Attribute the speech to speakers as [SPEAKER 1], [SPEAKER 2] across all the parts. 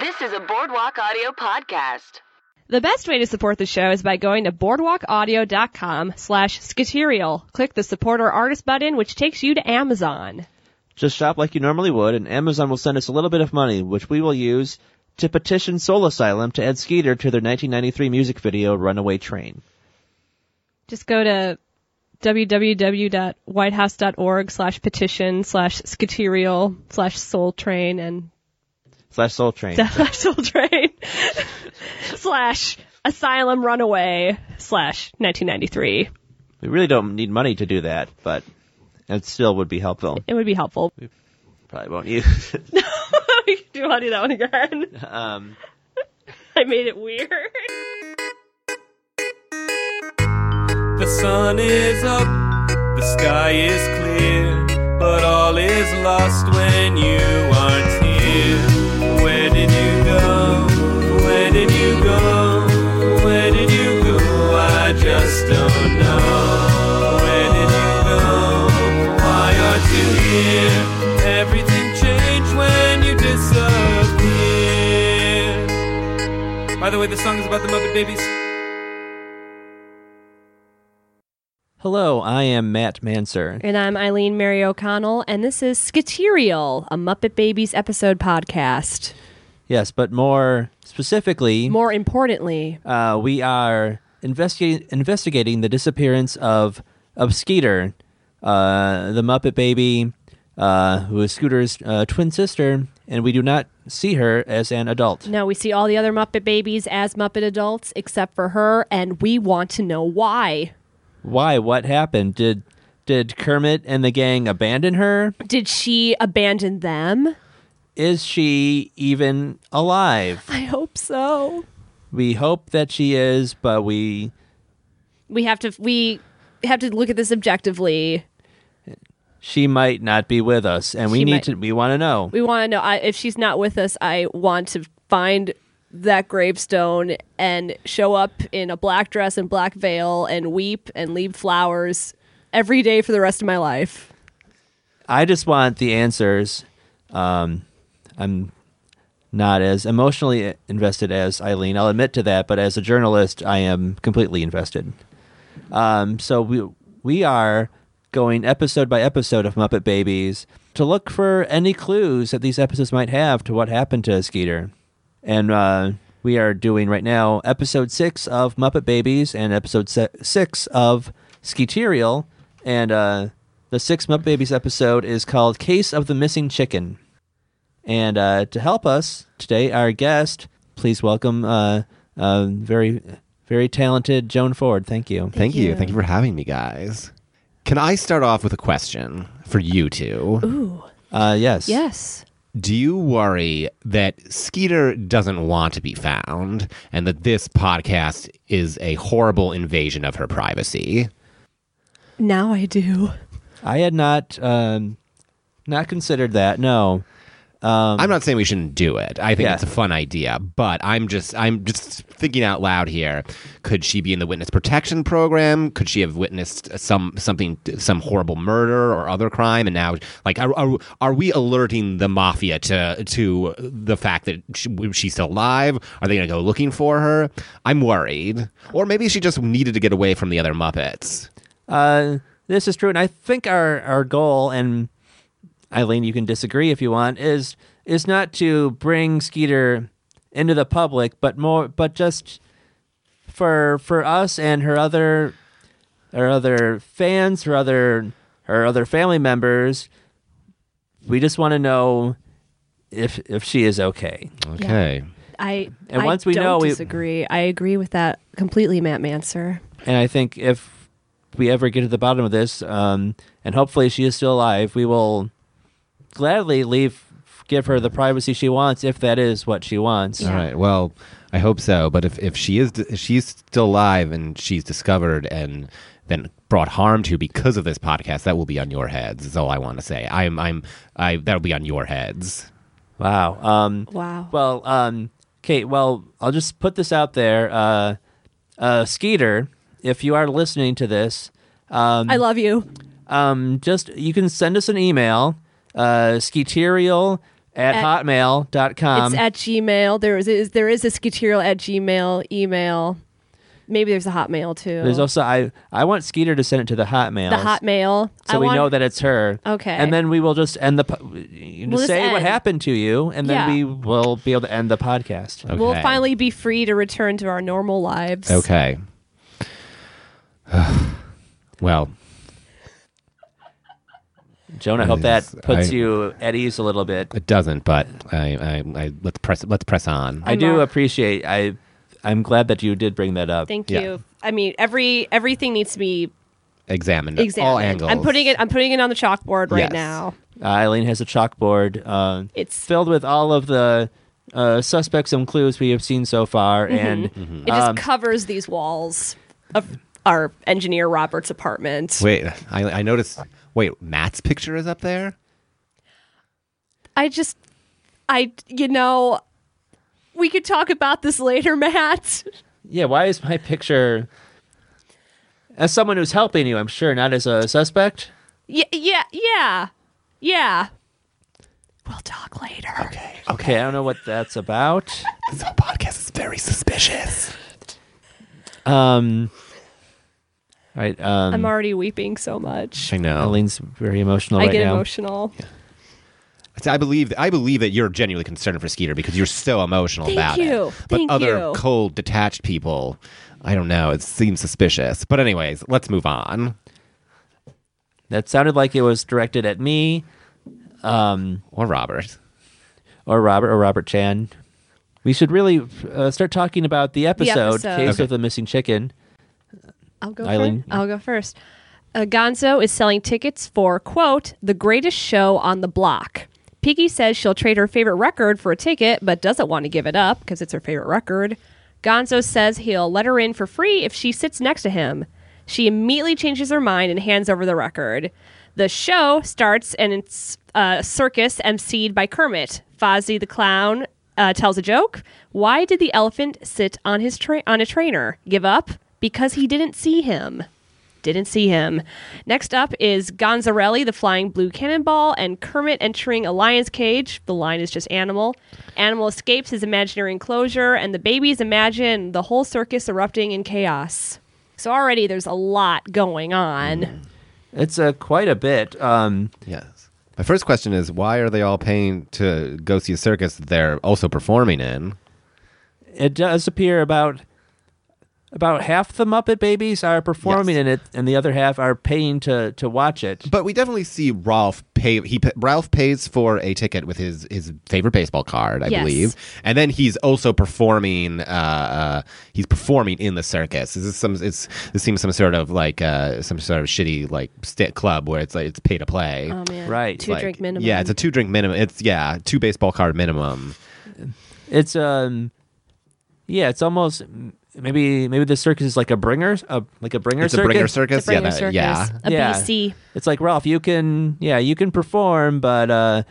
[SPEAKER 1] This is a Boardwalk Audio podcast.
[SPEAKER 2] The best way to support the show is by going to boardwalkaudio.com slash skaterial. Click the support our artist button, which takes you to Amazon.
[SPEAKER 3] Just shop like you normally would, and Amazon will send us a little bit of money, which we will use to petition Soul Asylum to add Skeeter to their 1993 music video, Runaway Train.
[SPEAKER 2] Just go to www.whitehouse.org slash petition slash skaterial slash soul train and
[SPEAKER 3] Slash Soul Train.
[SPEAKER 2] slash soul train slash asylum runaway slash 1993.
[SPEAKER 3] we really don't need money to do that, but it still would be helpful.
[SPEAKER 2] It would be helpful.
[SPEAKER 3] Probably won't use it.
[SPEAKER 2] Do you want to do that one again?
[SPEAKER 3] um,
[SPEAKER 2] I made it weird.
[SPEAKER 4] The sun is up, the sky is clear, but all is lost when you aren't here. Where did you go? Where did you go? Where did you go? I just don't know. Where did you go? Why aren't you here? Everything changed when you disappeared. By the way, the song is about the Muppet Babies.
[SPEAKER 3] hello, I am Matt Manser.
[SPEAKER 2] And I'm Eileen Mary O'Connell, and this is Skaterial, a Muppet Babies episode podcast.
[SPEAKER 3] Yes, but more specifically,
[SPEAKER 2] More importantly,
[SPEAKER 3] uh, we are investigating investigating the disappearance of of Skeeter, uh, the Muppet Baby, uh, who is Scooter's uh, twin sister, and we do not see her as an adult.
[SPEAKER 2] now we see all the other Muppet Babies as Muppet adults except for her, and we want to know why.
[SPEAKER 3] Why? What happened? Did did Kermit and the gang abandon her?
[SPEAKER 2] Did she abandon them?
[SPEAKER 3] Is she even alive?
[SPEAKER 2] I hope so.
[SPEAKER 3] We hope that she is, but we
[SPEAKER 2] We have to we have to look at this objectively.
[SPEAKER 3] she might not be with us, and we
[SPEAKER 2] She
[SPEAKER 3] need
[SPEAKER 2] might-
[SPEAKER 3] to. We want to know.
[SPEAKER 2] We want to know I, if she's not with us. I want to find that gravestone and show up in a black dress and black veil and weep and leave flowers every day for the rest of my life.
[SPEAKER 3] I just want the answers. Um, I'm not as emotionally invested as Eileen. I'll admit to that, but as a journalist, I am completely invested. Um, so we we are going episode by episode of Muppet Babies to look for any clues that these episodes might have to what happened to Skeeter, and uh, we are doing right now episode six of Muppet Babies and episode se- six of Skeeterial, and uh, the sixth Muppet Babies episode is called "Case of the Missing Chicken." And uh, to help us today, our guest, please welcome uh, uh, very, very talented Joan Ford. Thank you.
[SPEAKER 5] Thank you.
[SPEAKER 2] you.
[SPEAKER 5] Thank you for having me, guys. Can I start off with a question for you two?
[SPEAKER 3] Uh, yes.
[SPEAKER 2] Yes.
[SPEAKER 5] Do you worry that Skeeter doesn't want to be found and that this podcast is a horrible invasion of her privacy?
[SPEAKER 2] Now I do.
[SPEAKER 3] I had not, um, not considered that. No.
[SPEAKER 5] I'm not saying we shouldn't do it. I think
[SPEAKER 3] Yeah.
[SPEAKER 5] it's a fun idea, but I'm just I'm just thinking out loud here. Could she be in the witness protection program? Could she have witnessed some something some horrible murder or other crime and now like are are, are we alerting the mafia to to the fact that she, she's still alive? Are they going to go looking for her? I'm worried. Or maybe she just needed to get away from the other Muppets.
[SPEAKER 3] Uh, this is true, and I think our our goal, and Eileen, you can disagree if you want, is is not to bring Skeeter into the public, but more, but just for for us and her other her other fans, her other her other family members. We just want to know if if she is okay.
[SPEAKER 5] Okay.
[SPEAKER 2] I
[SPEAKER 3] And
[SPEAKER 2] I
[SPEAKER 3] once we
[SPEAKER 2] don't
[SPEAKER 3] know, we-
[SPEAKER 2] disagree. I agree with that completely, Matt Manser.
[SPEAKER 3] And I think if we ever get to the bottom of this, um, and hopefully she is still alive, we will gladly leave, give her the privacy she wants, if that is what she wants.
[SPEAKER 2] Yeah.
[SPEAKER 5] All right. Well, I hope so. But if, if she is if she's still alive and she's discovered and then brought harm to because of this podcast, that will be on your heads. Is all I want to say. I'm I'm I that'll be on your heads.
[SPEAKER 3] Wow. Um,
[SPEAKER 2] Wow.
[SPEAKER 3] well, um, Kate. Well, I'll just put this out there. Uh, uh, Skeeter, if you are listening to this, um,
[SPEAKER 2] I love you.
[SPEAKER 3] um, just you can send us an email, uh, skeeterial
[SPEAKER 6] at,
[SPEAKER 2] At-
[SPEAKER 6] hotmail.com.
[SPEAKER 3] um,
[SPEAKER 2] it's at Gmail. There is, is there is a Skeeterial at Gmail email. Maybe there's a Hotmail too.
[SPEAKER 6] There's also I I want Skeeter to send it to the Hotmail.
[SPEAKER 2] the Hotmail.
[SPEAKER 6] So
[SPEAKER 2] I
[SPEAKER 6] we
[SPEAKER 2] want-
[SPEAKER 6] know that it's her.
[SPEAKER 2] Okay.
[SPEAKER 6] And then we will just end the po- you
[SPEAKER 2] We'll
[SPEAKER 6] just
[SPEAKER 2] just
[SPEAKER 6] say what
[SPEAKER 2] end.
[SPEAKER 6] happened to you and then
[SPEAKER 2] Yeah.
[SPEAKER 6] we will be able to end the podcast.
[SPEAKER 5] Okay.
[SPEAKER 2] We'll finally be free to return to our normal lives.
[SPEAKER 5] Okay. well,
[SPEAKER 6] Jonah, I hope that
[SPEAKER 5] Yes,
[SPEAKER 6] puts
[SPEAKER 5] I-
[SPEAKER 6] you at ease a little bit.
[SPEAKER 5] it doesn't, but I, I, I let's press let's press on.
[SPEAKER 6] I do
[SPEAKER 2] all-
[SPEAKER 6] appreciate I I'm glad that you did bring that up.
[SPEAKER 2] Thank
[SPEAKER 5] Yeah.
[SPEAKER 2] you. I mean, every everything needs to be
[SPEAKER 5] Examine
[SPEAKER 2] examined.
[SPEAKER 5] all angles.
[SPEAKER 2] I'm putting it. I'm putting it on the chalkboard right
[SPEAKER 5] Yes.
[SPEAKER 2] now.
[SPEAKER 6] Uh, Eileen has a chalkboard. Uh,
[SPEAKER 2] It's-
[SPEAKER 6] filled with all of the uh, suspects and clues we have seen so far,
[SPEAKER 2] Mm-hmm.
[SPEAKER 6] and
[SPEAKER 5] Mm-hmm.
[SPEAKER 2] It just
[SPEAKER 5] um,
[SPEAKER 2] covers these walls of our engineer Robert's apartment.
[SPEAKER 5] Wait, I, I noticed. Wait, Matt's picture is up there.
[SPEAKER 2] I just, I you know, we could talk about this later, Matt.
[SPEAKER 6] yeah, why is my picture as someone who's helping you? I'm sure not as a suspect.
[SPEAKER 2] Yeah, yeah, yeah, yeah. We'll talk later. Okay.
[SPEAKER 6] Okay, I don't know what that's about.
[SPEAKER 5] This whole podcast is very suspicious.
[SPEAKER 6] Um, all right, um,
[SPEAKER 2] I'm already weeping so much.
[SPEAKER 5] I know.
[SPEAKER 6] Eileen's very emotional
[SPEAKER 2] I
[SPEAKER 6] right
[SPEAKER 2] get
[SPEAKER 6] now.
[SPEAKER 2] emotional.
[SPEAKER 5] So I believe I believe that you're genuinely concerned for Skeeter because you're so emotional
[SPEAKER 2] Thank
[SPEAKER 5] about
[SPEAKER 2] you.
[SPEAKER 5] it. But
[SPEAKER 2] Thank
[SPEAKER 5] other
[SPEAKER 2] you.
[SPEAKER 5] cold, detached people, I don't know. It seems suspicious. But anyways, let's move on.
[SPEAKER 6] That sounded like it was directed at me
[SPEAKER 5] Or Robert.
[SPEAKER 6] or Robert or Robert Chan. We should really uh, start talking about the episode,
[SPEAKER 2] episode.
[SPEAKER 6] "Case
[SPEAKER 5] Okay.
[SPEAKER 6] of the Missing Chicken."
[SPEAKER 2] I'll go
[SPEAKER 6] Eileen?
[SPEAKER 2] first. I'll go first. Uh, Gonzo is selling tickets for, quote, the greatest show on the block. Piggy says she'll trade her favorite record for a ticket, but doesn't want to give it up because it's her favorite record. Gonzo says he'll let her in for free if she sits next to him. She immediately changes her mind and hands over the record. The show starts and it's a circus emceed by Kermit. Fozzie the clown uh, tells a joke. Why did the elephant sit on his tra- on a trainer? Give up because he didn't see him. Didn't see him. Next up is Gonzarelli, the flying blue cannonball, and Kermit entering a lion's cage. The lion is just animal. Animal escapes his imaginary enclosure, and the babies imagine the whole circus erupting in chaos. So already there's a lot going on.
[SPEAKER 5] Mm.
[SPEAKER 6] It's uh, quite a bit. Um,
[SPEAKER 5] Yes. My first question is why are they all paying to go see a circus that they're also performing in?
[SPEAKER 6] it does appear about about half the Muppet Babies are performing
[SPEAKER 5] Yes.
[SPEAKER 6] in it, and the other half are paying to to watch it.
[SPEAKER 5] But we definitely see Ralph pay. He pa- Ralph pays for a ticket with his his favorite baseball card, I
[SPEAKER 2] Yes.
[SPEAKER 5] believe, and then he's also performing. Uh, uh, he's performing in the circus. Is this some? It's this seems some sort of like uh, some sort of shitty like stick club where it's like it's pay to play.
[SPEAKER 2] Oh, man.
[SPEAKER 6] Right,
[SPEAKER 2] Two
[SPEAKER 5] Like,
[SPEAKER 2] drink minimum.
[SPEAKER 5] Yeah, it's a two drink minimum. It's yeah, two baseball card minimum.
[SPEAKER 6] It's um, yeah, it's almost maybe maybe the circus is like a bringer, a like a bringer
[SPEAKER 5] it's
[SPEAKER 6] circus.
[SPEAKER 5] a bringer circus.
[SPEAKER 2] It's a bringer
[SPEAKER 5] yeah, that-
[SPEAKER 2] circus.
[SPEAKER 5] yeah.
[SPEAKER 2] A
[SPEAKER 6] Yeah.
[SPEAKER 2] BC.
[SPEAKER 6] It's like Ralph, you can yeah, you can perform, but uh,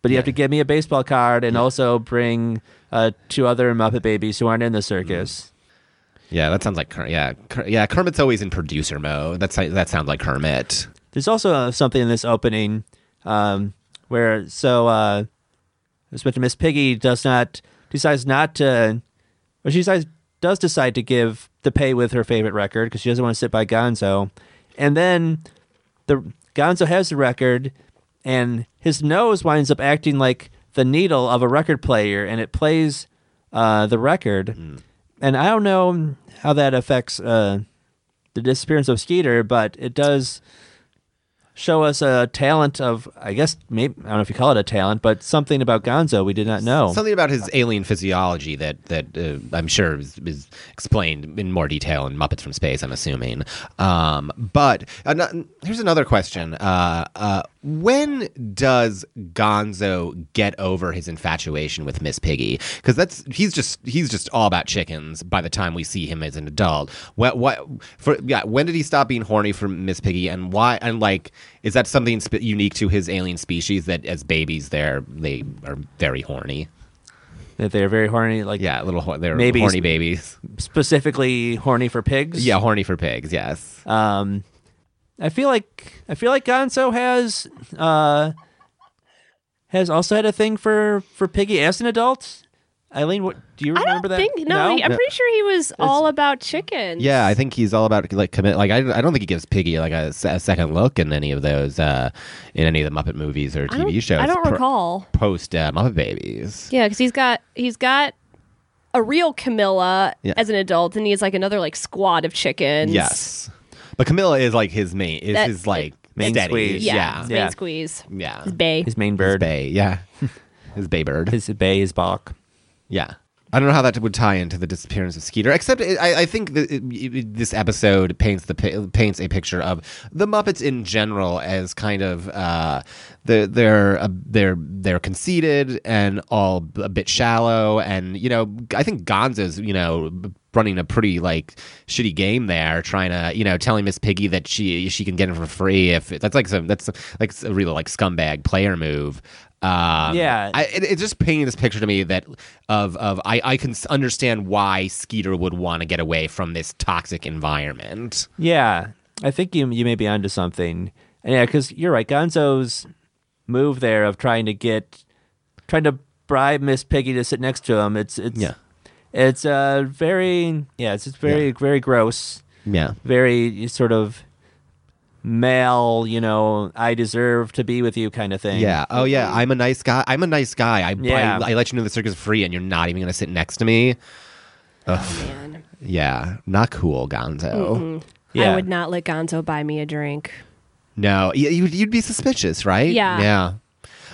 [SPEAKER 6] but you have to give me a baseball card and also bring uh two other Muppet Babies who aren't in the circus.
[SPEAKER 5] Yeah, that sounds like Kermit. Yeah, Ker- yeah. Kermit's always in producer mode. That's that sounds like Kermit.
[SPEAKER 6] There's also uh, something in this opening um, where so uh, Inspector Miss Piggy does not decides not to, well, she decides does decide to give the pay with her favorite record because she doesn't want to sit by Gonzo, and then the Gonzo has the record, and his nose winds up acting like the needle of a record player, and it plays uh, the record, and I don't know how that affects. Uh, the disappearance of Skeeter, but it does show us a talent of, I guess, maybe, I don't know if you call it a talent, but something about Gonzo we did not know.
[SPEAKER 5] Something about his alien physiology that that uh, I'm sure is, is explained in more detail in Muppets from Space. I'm assuming. Um, but ano- here's another question: uh, uh, When does Gonzo get over his infatuation with Miss Piggy? Because that's he's just he's just all about chickens. By the time we see him as an adult, what what for? Yeah, when did he stop being horny for Miss Piggy, and why? And like, is that something sp- unique to his alien species that as babies they're they are very horny?
[SPEAKER 6] that they're very horny, like
[SPEAKER 5] Yeah, little hor- they're
[SPEAKER 6] Maybe-
[SPEAKER 5] horny babies.
[SPEAKER 6] specifically horny for pigs.
[SPEAKER 5] Yeah, horny for pigs. Yes.
[SPEAKER 6] Um, I feel like I feel like Gonzo has uh, has also had a thing for for Piggy as an adult. Eileen, what do you
[SPEAKER 2] I
[SPEAKER 6] remember
[SPEAKER 2] don't
[SPEAKER 6] that?
[SPEAKER 2] think no, he- I'm pretty sure he was all about chickens.
[SPEAKER 5] Yeah, I think he's all about like commit. Like I, I don't think he gives Piggy like a, se- a second look in any of those, uh, in any of the Muppet movies or
[SPEAKER 2] I don't,
[SPEAKER 5] TV shows.
[SPEAKER 2] I don't
[SPEAKER 5] pro-
[SPEAKER 2] recall.
[SPEAKER 5] Post uh, Muppet Babies.
[SPEAKER 2] Yeah, because he's got he's got a real Camilla
[SPEAKER 5] Yeah.
[SPEAKER 2] as an adult, and he's like another like squad of chickens.
[SPEAKER 5] Yes, but Camilla is like his main. Is
[SPEAKER 2] That-
[SPEAKER 5] his like
[SPEAKER 6] Main
[SPEAKER 5] steady.
[SPEAKER 6] squeeze.
[SPEAKER 2] Yeah.
[SPEAKER 5] yeah,
[SPEAKER 2] His
[SPEAKER 6] Yeah.
[SPEAKER 2] main squeeze.
[SPEAKER 5] yeah.
[SPEAKER 2] His bay.
[SPEAKER 6] his main bird, his bay,
[SPEAKER 5] bay. Yeah, his bay bird.
[SPEAKER 6] his, balk.
[SPEAKER 5] Yeah. I don't know how that would tie into the disappearance of Skeeter, except it, I, I think that it, it, this episode paints the pi- paints a picture of the Muppets in general as kind of uh, they're they're, uh, they're they're conceited and all b- a bit shallow, and you know I think Gonzo's you know b- running a pretty like shitty game there, trying to you know telling Miss Piggy that she she can get it for free if that's like some that's like a really like scumbag player move. Um,
[SPEAKER 6] Yeah.
[SPEAKER 5] I, it, it's just painting this picture to me that of of I I can s- understand why Skeeter would want to get away from this toxic environment.
[SPEAKER 6] Yeah, I think you you may be onto something. And yeah, because you're right. Gonzo's move there of trying to get, trying to bribe Miss Piggy to sit next to him. It's it's
[SPEAKER 5] Yeah.
[SPEAKER 6] it's uh very yeah it's, it's very very gross.
[SPEAKER 5] Yeah.
[SPEAKER 6] very sort of male, you know, I deserve to be with you kind of thing.
[SPEAKER 5] Yeah. Oh, yeah. I'm a nice guy. I'm a nice guy. I,
[SPEAKER 6] Yeah.
[SPEAKER 5] I, I let you know the circus is free, and you're not even going to sit next to me.
[SPEAKER 2] Man,
[SPEAKER 5] Yeah. Not cool, Gonzo.
[SPEAKER 6] Yeah.
[SPEAKER 2] I would not let Gonzo buy me a drink.
[SPEAKER 5] No, y- you'd, you'd be suspicious, right?
[SPEAKER 2] Yeah.
[SPEAKER 5] Yeah.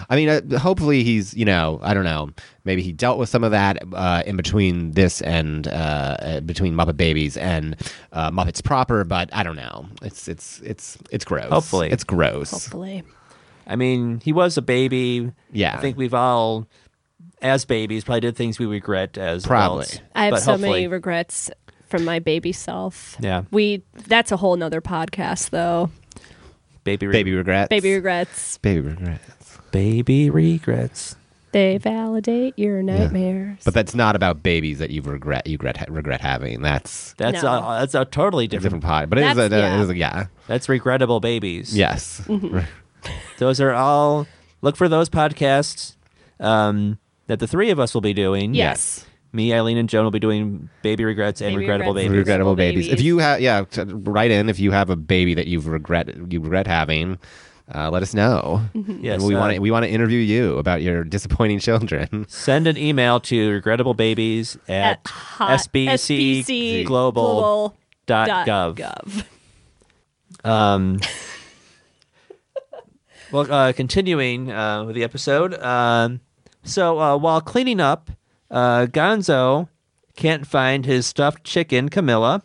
[SPEAKER 5] I mean, uh, hopefully he's, you know, I don't know. Maybe he dealt with some of that uh, in between this and uh, uh, between Muppet Babies and uh, Muppets proper, but I don't know. It's it's it's it's gross.
[SPEAKER 6] Hopefully.
[SPEAKER 5] it's gross.
[SPEAKER 2] Hopefully.
[SPEAKER 6] I mean, he was a baby.
[SPEAKER 5] Yeah.
[SPEAKER 6] I think we've all, as babies, probably did things we regret as
[SPEAKER 5] Probably.
[SPEAKER 6] adults.
[SPEAKER 2] I have
[SPEAKER 6] But
[SPEAKER 2] so
[SPEAKER 6] hopefully-
[SPEAKER 2] many regrets from my baby self.
[SPEAKER 6] Yeah.
[SPEAKER 2] We that's a whole nother podcast though.
[SPEAKER 6] baby re-
[SPEAKER 5] Baby regrets.
[SPEAKER 2] Baby regrets.
[SPEAKER 5] baby regrets.
[SPEAKER 6] baby regrets.
[SPEAKER 2] They validate your nightmares.
[SPEAKER 5] But that's not about babies that you regret you regret regret having. That's
[SPEAKER 6] That's
[SPEAKER 2] No.
[SPEAKER 6] a that's a totally
[SPEAKER 5] a
[SPEAKER 6] different.
[SPEAKER 5] different pod. But it is, a,
[SPEAKER 2] That's-
[SPEAKER 5] yeah.
[SPEAKER 2] yeah. Mm-hmm.
[SPEAKER 5] it is a yeah.
[SPEAKER 6] That's regrettable babies.
[SPEAKER 5] Yes.
[SPEAKER 6] those are all. Look for those podcasts um, that the three of us will be doing.
[SPEAKER 2] yes.
[SPEAKER 6] Me, Eileen, and Joan will be doing baby regrets and
[SPEAKER 2] Baby
[SPEAKER 6] regrettable
[SPEAKER 2] regrets.
[SPEAKER 6] babies.
[SPEAKER 5] regrettable
[SPEAKER 2] Babies.
[SPEAKER 5] babies. If you have, yeah, t- write in if you have a baby that you've regret you regret having. Uh, let us know.
[SPEAKER 6] Yes,
[SPEAKER 5] And we
[SPEAKER 6] uh,
[SPEAKER 5] want to we want to interview you about your disappointing children.
[SPEAKER 6] send an email to regrettablebabies at,
[SPEAKER 2] At hot- SBC
[SPEAKER 6] sbcglobal.gov.
[SPEAKER 2] global dot gov.
[SPEAKER 6] Um, well, uh, continuing uh, with the episode. Um, so uh, while cleaning up, uh, Gonzo can't find his stuffed chicken, Camilla.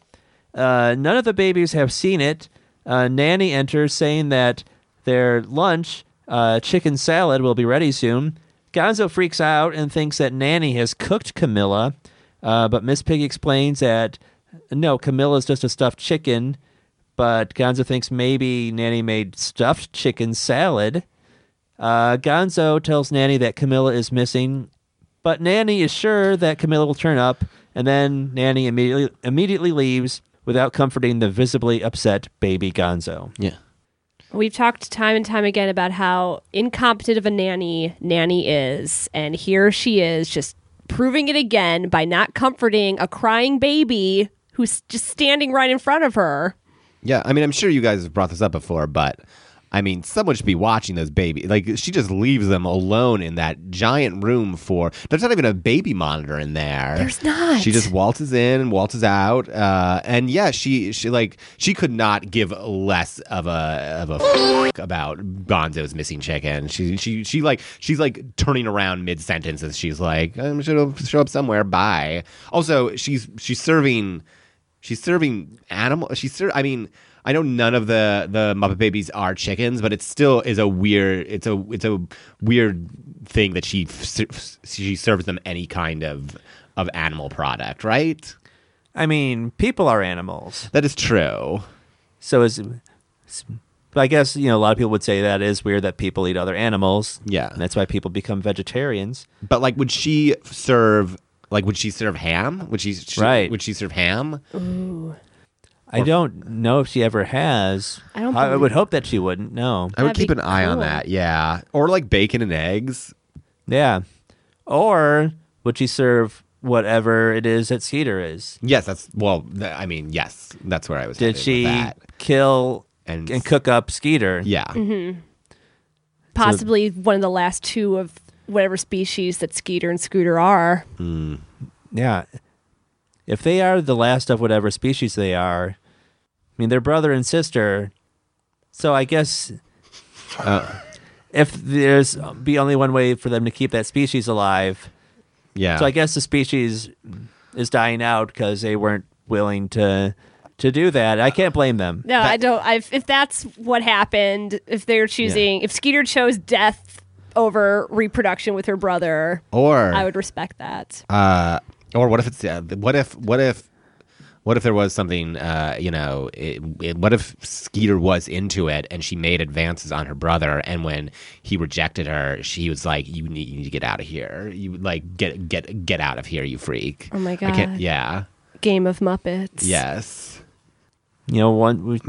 [SPEAKER 6] Uh, none of the babies have seen it. Uh, Nanny enters saying that their lunch, uh, chicken salad, will be ready soon. Gonzo freaks out and thinks that Nanny has cooked Camilla, uh, but Miss Pig explains that no, Camilla's just a stuffed chicken. But Gonzo thinks maybe Nanny made stuffed chicken salad. Uh, Gonzo tells Nanny that Camilla is missing, but Nanny is sure that Camilla will turn up, and then Nanny immediately immediately leaves without comforting the visibly upset baby Gonzo.
[SPEAKER 5] Yeah.
[SPEAKER 2] We've talked time and time again about how incompetent of a nanny Nanny is, and here she is just proving it again by not comforting a crying baby who's just standing right in front of her.
[SPEAKER 5] Yeah, I mean, I'm sure you guys have brought this up before, but I mean, someone should be watching those babies. Like, she just leaves them alone in that giant room for. There's not even a baby monitor in there.
[SPEAKER 2] There's not.
[SPEAKER 5] She just waltzes in and waltzes out, uh, and yeah, she she like she could not give less of a of a f- about Gonzo's missing chicken. She she she like she's like turning around mid sentence as she's like, I'm sure it'll show up somewhere. Bye. Also, she's she's serving. She's serving animal. She's ser- I mean, I know none of the the Muppet Babies are chickens, but it still is a weird. It's a it's a weird thing that she f- ser- f- she serves them any kind of of animal product, right?
[SPEAKER 6] I mean, people are animals,
[SPEAKER 5] That is true.
[SPEAKER 6] so is. But I guess you know a lot of people would say that is weird that people eat other animals.
[SPEAKER 5] Yeah.
[SPEAKER 6] and that's why people become vegetarians.
[SPEAKER 5] But like, would she serve? Like, would she serve ham? Would she, she
[SPEAKER 6] Right.
[SPEAKER 5] Would she serve ham?
[SPEAKER 6] I don't know if she ever has.
[SPEAKER 2] I don't
[SPEAKER 6] I,
[SPEAKER 2] believe-
[SPEAKER 6] would hope that she wouldn't. No.
[SPEAKER 5] I would
[SPEAKER 2] That'd
[SPEAKER 5] keep
[SPEAKER 2] be
[SPEAKER 5] an eye on
[SPEAKER 2] cool.
[SPEAKER 5] that. Yeah, or like bacon and eggs.
[SPEAKER 6] Yeah. Or would she serve whatever it is that Skeeter is?
[SPEAKER 5] Yes, that's well. Th- I mean, yes, that's where I was. headed
[SPEAKER 6] Did
[SPEAKER 5] with
[SPEAKER 6] she
[SPEAKER 5] that.
[SPEAKER 6] kill
[SPEAKER 5] And-
[SPEAKER 6] and, cook up Skeeter?
[SPEAKER 5] Yeah,
[SPEAKER 2] Mm-hmm. Possibly one of the last two of whatever species that Skeeter and Scooter are.
[SPEAKER 6] Yeah. If they are the last of whatever species they are, I mean, they're brother and sister. So I guess if there's be only one way for them to keep that species alive,
[SPEAKER 5] yeah.
[SPEAKER 6] so I guess the species is dying out because they weren't willing to to do that. I can't blame them.
[SPEAKER 2] No, I don't. i if that's what happened, if they're choosing, if Skeeter chose death over reproduction with her brother,
[SPEAKER 5] or
[SPEAKER 2] I would respect that.
[SPEAKER 5] uh, or what if it's uh, what if what if what if there was something uh, you know it, it- what if Skeeter was into it and she made advances on her brother and when he rejected her she was like you need, you need to get out of here you like get get get out of here you freak
[SPEAKER 2] Oh my
[SPEAKER 5] I can't-
[SPEAKER 2] God.
[SPEAKER 5] yeah
[SPEAKER 2] Game of Muppets.
[SPEAKER 5] yes
[SPEAKER 6] You know, one we,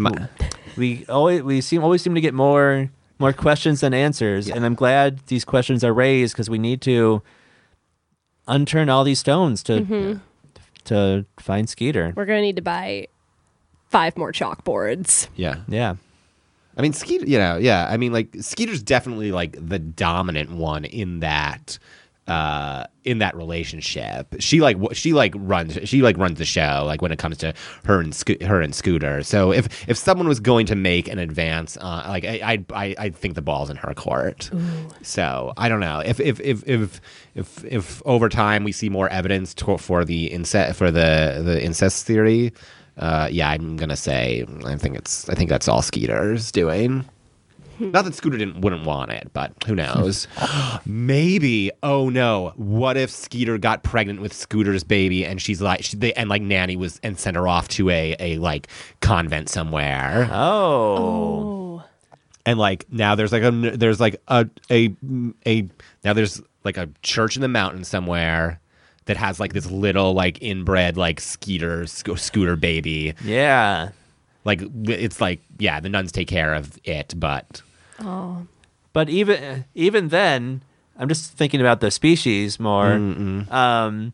[SPEAKER 6] we always we seem always seem to get more more questions than answers, and I'm glad these questions are raised because we need to unturn all these stones to to find Skeeter.
[SPEAKER 2] We're going to need to buy five more chalkboards.
[SPEAKER 5] yeah
[SPEAKER 6] Yeah,
[SPEAKER 5] I mean, Skeeter, you know, yeah. I mean, like Skeeter's definitely like the dominant one in that uh in that relationship. She like wh- she like runs she like runs the show like when it comes to her and Sco- her and Scooter. So if if someone was going to make an advance uh like I I I, I think the ball's in her court. So, I don't know. If if if if if, if over time we see more evidence to, for the incest for the the incest theory, uh, yeah, I'm gonna say I think it's I think that's all Skeeter's doing. Not that Scooter didn't wouldn't want it, but who knows? Maybe. Oh no! What if Skeeter got pregnant with Scooter's baby, and she's like, she, they, and like Nanny was, and sent her off to a a like convent somewhere,
[SPEAKER 6] Oh.
[SPEAKER 5] and like now there's like a there's like a a a now there's like a church in the mountain somewhere that has like this little like inbred like Skeeter sco- Scooter baby,
[SPEAKER 6] yeah.
[SPEAKER 5] like it's like yeah the nuns take care of it but
[SPEAKER 6] But even even then, I'm just thinking about the species more. Um,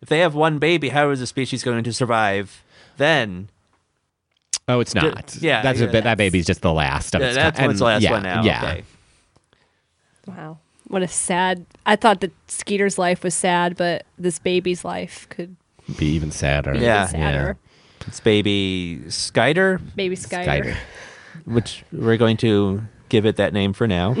[SPEAKER 6] if they have one baby, how is the species going to survive? Then
[SPEAKER 5] oh it's not
[SPEAKER 6] yeah,
[SPEAKER 5] that's
[SPEAKER 6] yeah.
[SPEAKER 5] a, that baby's just the last of
[SPEAKER 6] Yeah,
[SPEAKER 5] its
[SPEAKER 6] that's
[SPEAKER 5] kind.
[SPEAKER 6] what's the last
[SPEAKER 5] yeah,
[SPEAKER 6] one now.
[SPEAKER 5] yeah
[SPEAKER 6] Okay.
[SPEAKER 2] Wow. What a sad. I thought that Skeeter's life was sad, but this baby's life could
[SPEAKER 5] be even sadder
[SPEAKER 2] be
[SPEAKER 6] Yeah.
[SPEAKER 2] sadder.
[SPEAKER 6] It's baby Skyder,
[SPEAKER 2] Baby Skyder.
[SPEAKER 5] Skyder.
[SPEAKER 6] which we're going to give it that name for now.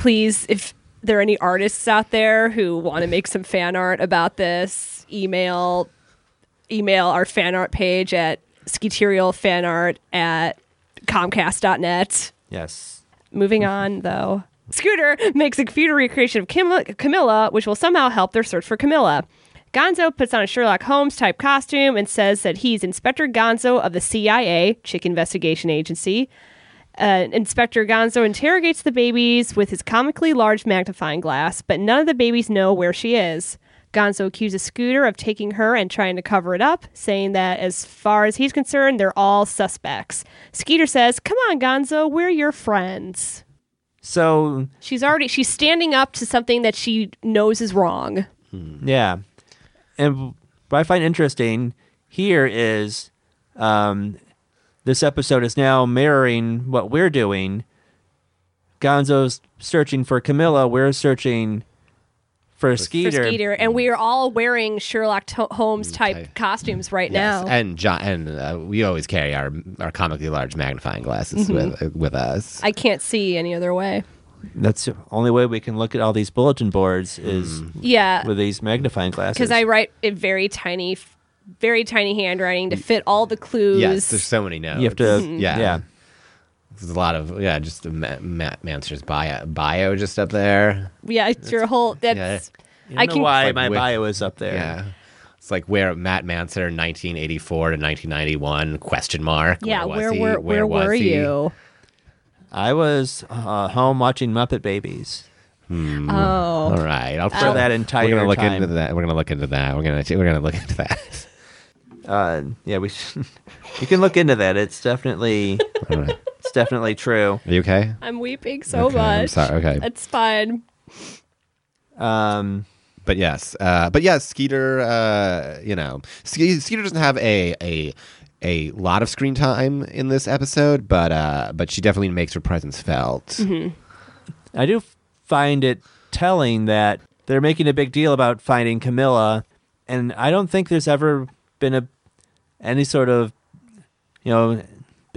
[SPEAKER 2] Please, if there are any artists out there who want to make some fan art about this, email email our fan art page at skeeterialfanart at comcast.net.
[SPEAKER 6] Yes.
[SPEAKER 2] Moving on, though. Scooter makes a computer recreation of Kim- Camilla, which will somehow help their search for Camilla. Gonzo puts on a Sherlock Holmes type costume and says that he's Inspector Gonzo of the CIA, Chick Investigation Agency. Uh, Inspector Gonzo interrogates the babies with his comically large magnifying glass, but none of the babies know where she is. Gonzo accuses Scooter of taking her and trying to cover it up, saying that as far as he's concerned, they're all suspects. Skeeter says, Come on, Gonzo, we're your friends.
[SPEAKER 6] So
[SPEAKER 2] She's already she's standing up to something that she knows is wrong.
[SPEAKER 6] yeah, and what I find interesting here is um, this episode is now mirroring what we're doing. Gonzo's searching for Camilla. We're searching for
[SPEAKER 2] For
[SPEAKER 6] Skeeter.
[SPEAKER 2] Skeeter, and we are all wearing Sherlock To- Holmes
[SPEAKER 5] Okay.
[SPEAKER 2] type costumes right
[SPEAKER 5] Mm, Yes,
[SPEAKER 2] now.
[SPEAKER 5] and John, and uh, we always carry our our comically large magnifying glasses
[SPEAKER 2] Mm-hmm.
[SPEAKER 5] with uh, with us.
[SPEAKER 2] I can't see any other way.
[SPEAKER 6] That's the only way we can look at all these bulletin boards is
[SPEAKER 5] Hmm.
[SPEAKER 2] Yeah,
[SPEAKER 6] with these magnifying glasses.
[SPEAKER 2] because I write in very tiny, very tiny handwriting to fit all the clues.
[SPEAKER 5] Yes, there's so many notes.
[SPEAKER 6] you have to
[SPEAKER 2] Mm-hmm.
[SPEAKER 5] Mm-hmm. yeah.
[SPEAKER 6] yeah.
[SPEAKER 5] There's a lot of yeah, just the Ma- Ma- Manster's bio, bio just up there.
[SPEAKER 2] yeah, it's your whole. That's.
[SPEAKER 6] You
[SPEAKER 2] I
[SPEAKER 6] know
[SPEAKER 2] can.
[SPEAKER 6] why
[SPEAKER 5] Like
[SPEAKER 6] my
[SPEAKER 5] with-
[SPEAKER 6] bio is up there.
[SPEAKER 5] Yeah. It's like where Matt Manser, 1984 to 1991 question mark.
[SPEAKER 2] Yeah,
[SPEAKER 5] was
[SPEAKER 2] where
[SPEAKER 5] he?
[SPEAKER 2] were where,
[SPEAKER 5] was
[SPEAKER 2] were
[SPEAKER 5] he?
[SPEAKER 2] you?
[SPEAKER 6] I was uh, home watching Muppet Babies.
[SPEAKER 2] Oh,
[SPEAKER 5] Mm, All right, I'll
[SPEAKER 6] that
[SPEAKER 5] We're
[SPEAKER 6] entire
[SPEAKER 5] gonna look
[SPEAKER 6] time.
[SPEAKER 5] into that. We're gonna look into that. We're gonna we're gonna look into that.
[SPEAKER 6] Uh, yeah, we should, you can look into that. It's definitely
[SPEAKER 5] All right.
[SPEAKER 6] it's definitely true.
[SPEAKER 5] Are you okay?
[SPEAKER 2] I'm weeping so
[SPEAKER 5] Okay, I'm
[SPEAKER 2] much.
[SPEAKER 5] sorry, okay.
[SPEAKER 2] It's fine.
[SPEAKER 6] Um,
[SPEAKER 5] But yes, uh, but yes, Skeeter. Uh, you know, Ske- Skeeter doesn't have a a a lot of screen time in this episode, but uh, but she definitely makes her presence felt.
[SPEAKER 6] I do find it telling that they're making a big deal about finding Camilla, and I don't think there's ever been a any sort of you know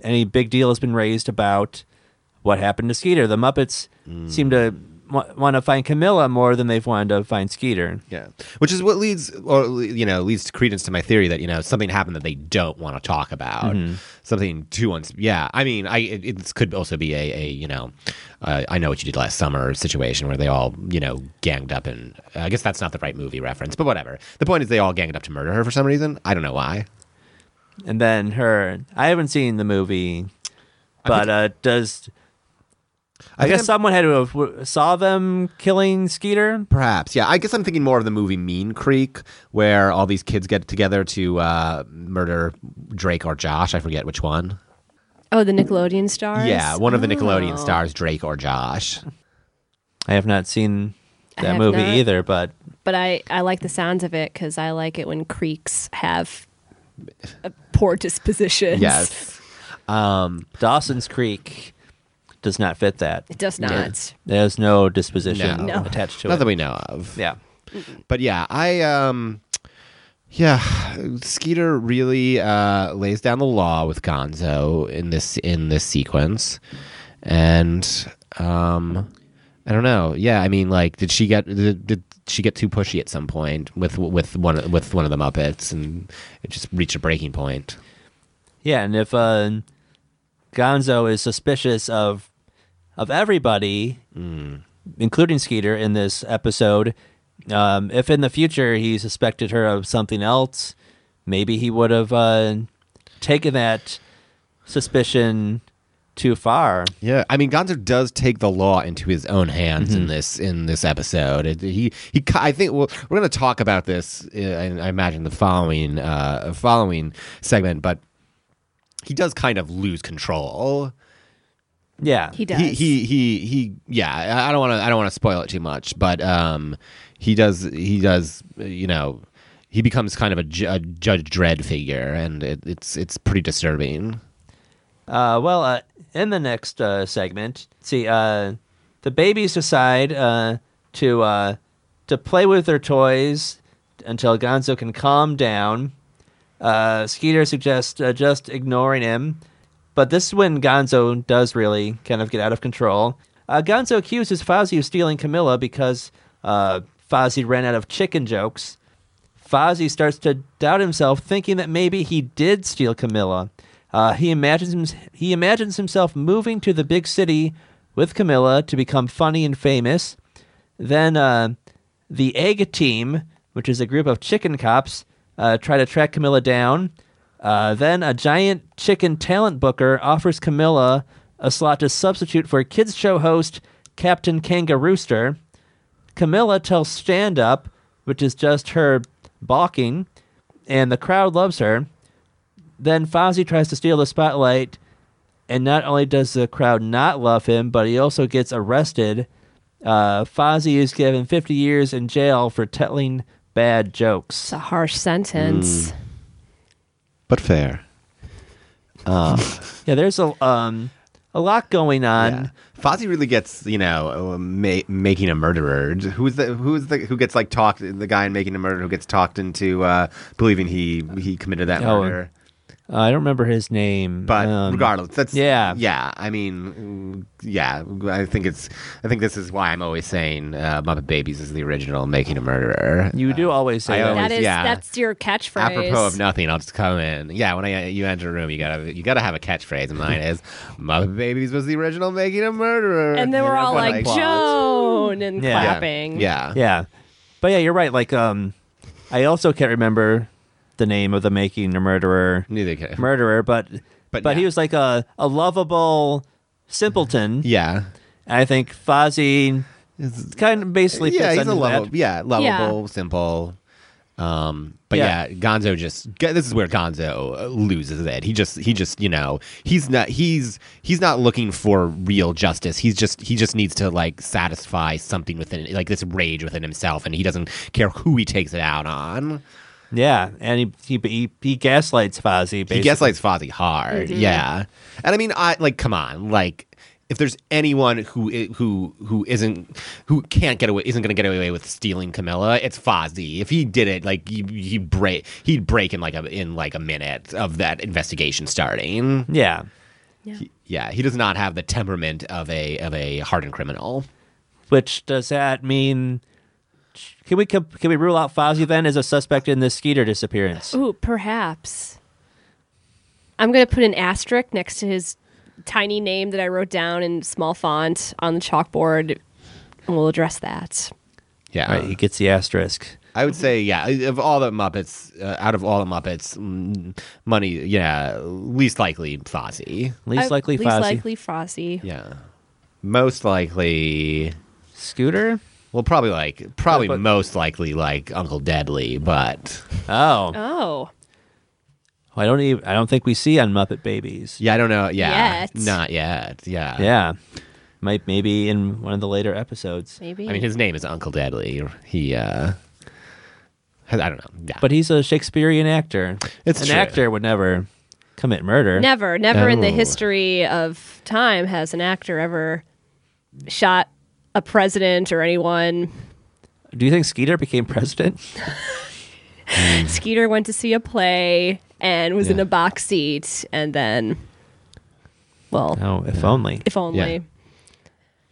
[SPEAKER 6] any big deal has been raised about what happened to Skeeter. The Muppets seem to w- want to find Camilla more than they've wanted to find Skeeter.
[SPEAKER 5] Yeah, which is what leads, or you know, leads to credence to my theory that you know something happened that they don't want to talk about, something too uns. Yeah, I mean, I it, it could also be a, a you know, uh, I know what you did last summer situation where they all you know ganged up and I guess that's not the right movie reference, but whatever. The point is they all ganged up to murder her for some reason. I don't know why.
[SPEAKER 6] And then her, I haven't seen the movie, but uh, does I,
[SPEAKER 5] think
[SPEAKER 6] guess
[SPEAKER 5] I'm-
[SPEAKER 6] someone had to have w- saw them killing Skeeter?
[SPEAKER 5] Perhaps, yeah. I guess I'm thinking more of the movie Mean Creek, where all these kids get together to uh, murder Drake or Josh. I forget which one.
[SPEAKER 2] Oh, the Nickelodeon stars.
[SPEAKER 5] Yeah, one of the Nickelodeon
[SPEAKER 2] Oh.
[SPEAKER 5] stars, Drake or Josh.
[SPEAKER 6] I have not seen
[SPEAKER 2] I
[SPEAKER 6] that
[SPEAKER 2] have
[SPEAKER 6] movie
[SPEAKER 2] not.
[SPEAKER 6] either, but
[SPEAKER 2] But I I like the sounds of it because I like it when creeks have a poor dispositions.
[SPEAKER 5] Yes. Um,
[SPEAKER 6] Dawson's Creek does not fit that.
[SPEAKER 2] it does not.
[SPEAKER 6] There's no disposition
[SPEAKER 5] No. No.
[SPEAKER 6] attached to
[SPEAKER 5] not
[SPEAKER 6] it.
[SPEAKER 5] that we know of.
[SPEAKER 6] yeah.
[SPEAKER 5] But yeah, I um yeah, Skeeter really uh lays down the law with Gonzo in this in this sequence. And um I don't know. Yeah, I mean like did she get did, did she get too pushy at some point with with one of- with one of the Muppets and it just reached a breaking point.
[SPEAKER 6] Yeah, and if uh, Gonzo is suspicious of of everybody, including Skeeter in this episode, um, if in the future he suspected her of something else, maybe he would have uh, taken that suspicion too far.
[SPEAKER 5] Yeah, I mean, Gonzo does take the law into his own hands in this in this episode. It- He he, ki- I think we'll, we're going to talk about this, uh, and I imagine the following uh, following segment, but he does kind of lose control.
[SPEAKER 6] Yeah,
[SPEAKER 2] He does.
[SPEAKER 5] He he he he. Yeah, I- I don't want to I don't want to spoil it too much, but um, he does he does uh, you know he becomes kind of a, ju- a Judge Dredd figure, and it, it's it's pretty disturbing.
[SPEAKER 6] Uh, well, uh, in the next uh, segment, see, uh, the babies decide uh, to uh, to play with their toys until Gonzo can calm down. Uh, Skeeter suggests uh, just ignoring him, but this is when Gonzo does really kind of get out of control. Uh, Gonzo accuses Fozzie of stealing Camilla because uh, Fozzie ran out of chicken jokes. Fozzie starts to doubt himself, thinking that maybe he did steal Camilla. Uh, he imagines him, he imagines himself moving to the big city with Camilla to become funny and famous. Then uh, the Egg Team, which is a group of chicken cops, uh, try to track Camilla down. Uh, then a giant chicken talent booker offers Camilla a slot to substitute for kids show host Captain Kangarooster. Camilla tells stand up, which is just her balking, and the crowd loves her. Then Fozzie tries to steal the spotlight, and not only does the crowd not love him, but he also gets arrested. Uh, Fozzie is given 50 years in jail for telling bad jokes.
[SPEAKER 2] It's a harsh
[SPEAKER 5] Mm.
[SPEAKER 2] sentence.
[SPEAKER 5] But fair.
[SPEAKER 6] Yeah, there's a um a lot going on.
[SPEAKER 5] Yeah. Fozzie really gets you know uh, ma- making a murderer. Who's the who's the who gets like talked the guy in making a murder who gets talked into uh, believing he he committed that
[SPEAKER 6] Oh,
[SPEAKER 5] murder.
[SPEAKER 6] Uh, I don't remember his name,
[SPEAKER 5] But
[SPEAKER 6] um,
[SPEAKER 5] regardless, that's
[SPEAKER 6] yeah.
[SPEAKER 5] yeah. I mean, mm, yeah. I think it's I think this is why I'm always saying uh, Muppet Babies is the original making a murderer.
[SPEAKER 6] You do always say
[SPEAKER 5] uh, I
[SPEAKER 6] that.
[SPEAKER 5] always-
[SPEAKER 2] That is
[SPEAKER 5] yeah.
[SPEAKER 2] that's your catchphrase.
[SPEAKER 5] Apropos of nothing, I'll just come in. Yeah, when I you enter a room, you gotta you gotta have a catchphrase. And mine is "Muppet Babies was the original making a murderer,"
[SPEAKER 2] and then we're all
[SPEAKER 5] everyone
[SPEAKER 2] like
[SPEAKER 5] applauds.
[SPEAKER 2] Joan and
[SPEAKER 6] Yeah.
[SPEAKER 5] Yeah.
[SPEAKER 2] clapping.
[SPEAKER 5] Yeah,
[SPEAKER 6] Yeah. But yeah, you're right. Like um I also can't remember the name of the making a murderer
[SPEAKER 5] neither can.
[SPEAKER 6] murderer, but
[SPEAKER 5] But
[SPEAKER 6] but,
[SPEAKER 5] yeah.
[SPEAKER 6] he was like a, a lovable simpleton.
[SPEAKER 5] Yeah.
[SPEAKER 6] I think Fozzie kind of basically
[SPEAKER 5] yeah,
[SPEAKER 6] fits
[SPEAKER 5] he's a
[SPEAKER 6] under that.
[SPEAKER 5] lovable, yeah, lovable, simple. Um, but
[SPEAKER 6] Yeah.
[SPEAKER 5] yeah. Gonzo just G- this is where Gonzo uh, loses it. He just he just you know he's not he's he's not looking for real justice. He's just he just needs to like satisfy something within like this rage within himself, and he doesn't care who he takes it out on.
[SPEAKER 6] Yeah, and he he he, he gaslights Fozzie. Basically.
[SPEAKER 5] He gaslights Fozzie hard. Yeah, and I mean, I like, come on, like, if there's anyone who i- who who isn't who can't get away isn't going to get away with stealing Camilla, it's Fozzie. If he did it, like, he, he break he'd break in like a in like a minute of that investigation starting.
[SPEAKER 6] Yeah,
[SPEAKER 5] Yeah, he does not have the temperament of a of a hardened criminal.
[SPEAKER 6] which does that mean? Can we can we rule out Fozzie then as a suspect in the Skeeter disappearance?
[SPEAKER 2] Ooh, perhaps. I'm going to put an asterisk next to his tiny name that I wrote down in small font on the chalkboard, and we'll address that.
[SPEAKER 5] Yeah,
[SPEAKER 6] Right, he gets the asterisk.
[SPEAKER 5] I would say, yeah, of all the Muppets, uh, out of all the Muppets, mm, money, yeah, least likely Fozzie.
[SPEAKER 6] Least
[SPEAKER 2] I-
[SPEAKER 6] likely
[SPEAKER 2] Oh, least
[SPEAKER 6] Fozzie.
[SPEAKER 2] likely Frosty.
[SPEAKER 5] Yeah. Most likely,
[SPEAKER 6] Scooter.
[SPEAKER 5] well, probably like, probably
[SPEAKER 6] Yeah, but-
[SPEAKER 5] most likely like Uncle Deadly, but
[SPEAKER 6] Oh,
[SPEAKER 2] Oh,
[SPEAKER 6] I don't even. I don't think we see on Muppet Babies.
[SPEAKER 5] yeah, I don't know. Yeah.
[SPEAKER 2] Yet.
[SPEAKER 5] Not yet. Yeah.
[SPEAKER 6] Yeah, might maybe in one of the later episodes.
[SPEAKER 2] maybe.
[SPEAKER 5] I mean, his name is Uncle Deadly. He, uh, I don't know. Yeah.
[SPEAKER 6] But he's a Shakespearean actor.
[SPEAKER 5] It's
[SPEAKER 6] an
[SPEAKER 5] true.
[SPEAKER 6] actor would never commit murder.
[SPEAKER 2] never, never in the
[SPEAKER 5] Oh.
[SPEAKER 2] history of time has an actor ever shot a president or anyone.
[SPEAKER 6] Do you think Skeeter became president?
[SPEAKER 2] Skeeter went to see a play and was in a box seat, and then, well,
[SPEAKER 6] Oh, if only.
[SPEAKER 2] if only.
[SPEAKER 5] Yeah.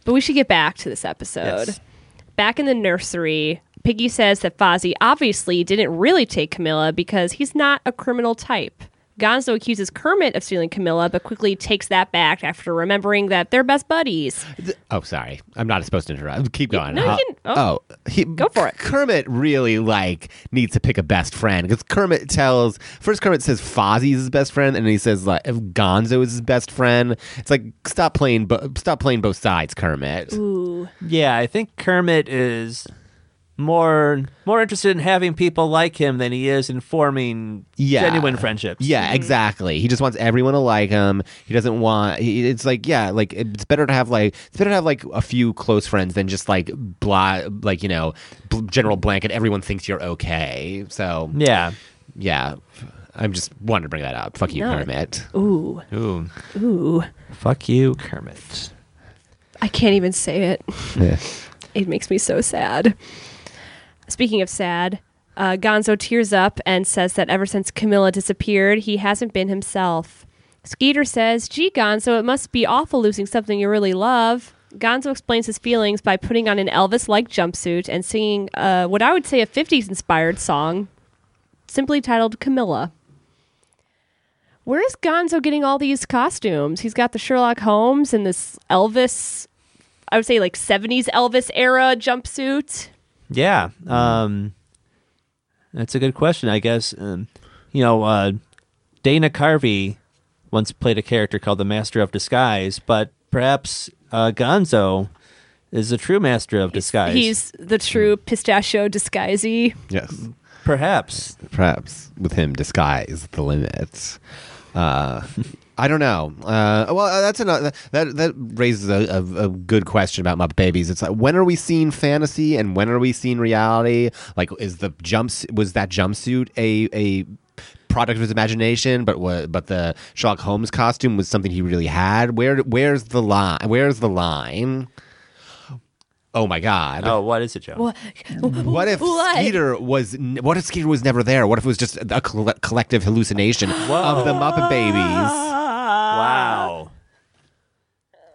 [SPEAKER 2] But we should get back to this episode.
[SPEAKER 6] Yes.
[SPEAKER 2] Back in the nursery, Piggy says that Fozzie obviously didn't really take Camilla because he's not a criminal type. Gonzo accuses Kermit of stealing Camilla, but quickly takes that back after remembering that they're best buddies.
[SPEAKER 5] oh, sorry. I'm not supposed to interrupt. Keep going.
[SPEAKER 2] no, you
[SPEAKER 5] Uh,
[SPEAKER 2] can- oh.
[SPEAKER 5] he, go
[SPEAKER 2] for it.
[SPEAKER 5] Kermit really like needs to pick a best friend because Kermit tells first Kermit says Fozzie's his best friend, and he says like if Gonzo is his best friend. It's like stop playing, bo- stop playing both sides, Kermit.
[SPEAKER 2] Ooh.
[SPEAKER 6] Yeah, I think Kermit is more more interested in having people like him than he is in forming
[SPEAKER 5] Yeah.
[SPEAKER 6] genuine friendships.
[SPEAKER 5] Yeah, exactly. He just wants everyone to like him. He doesn't want. He, it's like yeah, like it's better to have like it's better to have like a few close friends than just like blah, like you know, bl- general blanket. Everyone thinks you're okay. So
[SPEAKER 6] Yeah.
[SPEAKER 5] yeah, I'm just wanted to bring that up. Fuck you,
[SPEAKER 2] No.
[SPEAKER 5] Kermit.
[SPEAKER 2] Ooh.
[SPEAKER 6] Ooh.
[SPEAKER 2] Ooh.
[SPEAKER 6] Fuck you, Kermit.
[SPEAKER 2] I can't even say it. It makes me so sad. Speaking of sad, uh, Gonzo tears up and says that ever since Camilla disappeared, he hasn't been himself. Skeeter says, Gee, Gonzo, it must be awful losing something you really love. Gonzo explains his feelings by putting on an Elvis like jumpsuit and singing uh, what I would say a 50s inspired song, simply titled Camilla. Where is Gonzo getting all these costumes? He's got the Sherlock Holmes and this Elvis, I would say like 70s Elvis era jumpsuit.
[SPEAKER 6] Yeah. Um That's a good question, I guess. Um, you know, uh Dana Carvey once played a character called the Master of Disguise, but perhaps uh Gonzo is the true master of disguise.
[SPEAKER 2] He's the true pistachio disguisee.
[SPEAKER 5] Yes,
[SPEAKER 6] perhaps.
[SPEAKER 5] perhaps with him, disguise the limits. Uh, I don't know. Uh, well, uh, that's another that that raises a, a, a good question about Muppet Babies. It's like when are we seeing fantasy and when are we seeing reality? Like, is the jumps was that jumpsuit a a product of his imagination, but wa- but the Sherlock Holmes costume was something he really had. Where where's the line? Where's the line? Oh my God!
[SPEAKER 6] Oh, what is it, Joe?
[SPEAKER 5] What if Skeeter was? n- What if Skeeter was never there? What if it was just a coll- collective hallucination of the Muppet Babies?
[SPEAKER 6] wow.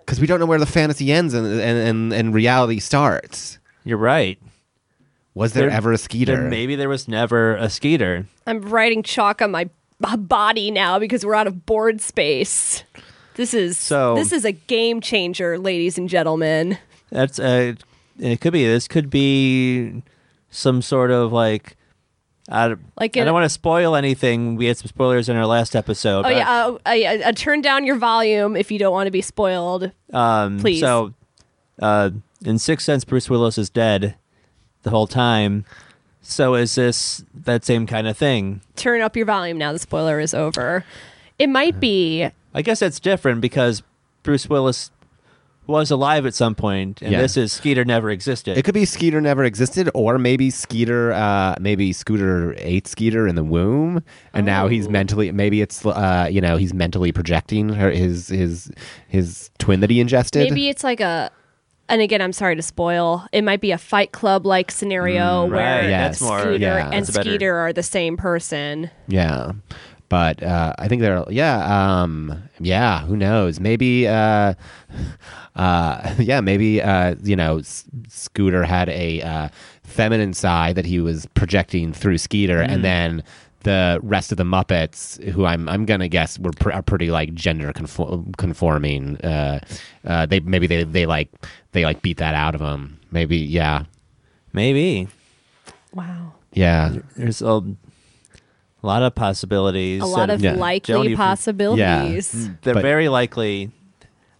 [SPEAKER 5] Because we don't know where the fantasy ends and and, and, and reality starts.
[SPEAKER 6] You're right.
[SPEAKER 5] Was there,
[SPEAKER 6] There-
[SPEAKER 5] ever a
[SPEAKER 6] There,
[SPEAKER 5] Skeeter?
[SPEAKER 6] maybe there was never a Skeeter.
[SPEAKER 2] I'm writing chalk on my b- body now because we're out of board space. This is
[SPEAKER 6] So-
[SPEAKER 2] this is a game changer, ladies and gentlemen.
[SPEAKER 6] That's uh, it. Could be this. Could be some sort of like. I don't,
[SPEAKER 2] Like
[SPEAKER 6] I
[SPEAKER 2] an-
[SPEAKER 6] don't want to spoil anything. We had some spoilers in our last episode.
[SPEAKER 2] Oh
[SPEAKER 6] but,
[SPEAKER 2] yeah, uh, uh, yeah, uh, turn down your volume if you don't want to be spoiled.
[SPEAKER 6] um,
[SPEAKER 2] please.
[SPEAKER 6] So, uh, in Sixth Sense, Bruce Willis is dead the whole time, So is this that same kind of thing?
[SPEAKER 2] Turn up your volume now. The spoiler is over. It might be
[SPEAKER 6] I guess that's different because Bruce Willis was alive at some point, and
[SPEAKER 5] Yeah.
[SPEAKER 6] this is Skeeter never existed.
[SPEAKER 5] It could be Skeeter never existed, or maybe Skeeter, uh, maybe Scooter ate Skeeter in the womb, and now he's
[SPEAKER 6] Oh.
[SPEAKER 5] mentally. Maybe it's uh, you know he's mentally projecting her, his his his twin that he ingested.
[SPEAKER 2] Maybe it's like a, and again, I'm sorry to spoil. It might be a Fight Club like scenario where
[SPEAKER 6] Mm, right,
[SPEAKER 5] yes.
[SPEAKER 6] that's more
[SPEAKER 2] Scooter
[SPEAKER 5] yeah,
[SPEAKER 2] and
[SPEAKER 6] that's a better-
[SPEAKER 2] Skeeter are the same person.
[SPEAKER 5] Yeah. But uh, I think they're yeah um, yeah who knows maybe uh, uh, yeah maybe uh, you know S- Scooter had a uh, feminine side that he was projecting through Skeeter and then the rest of the Muppets who I'm I'm gonna guess were pr- are pretty like gender conform- conforming uh, uh, they maybe they, they like they like beat that out of him maybe yeah
[SPEAKER 6] Maybe
[SPEAKER 2] Wow.
[SPEAKER 5] yeah
[SPEAKER 6] there's a lot of possibilities.
[SPEAKER 2] A lot
[SPEAKER 6] that-
[SPEAKER 2] of
[SPEAKER 5] Yeah.
[SPEAKER 6] Don't
[SPEAKER 2] likely
[SPEAKER 6] even-
[SPEAKER 2] possibilities.
[SPEAKER 6] They're
[SPEAKER 5] but-
[SPEAKER 6] very likely.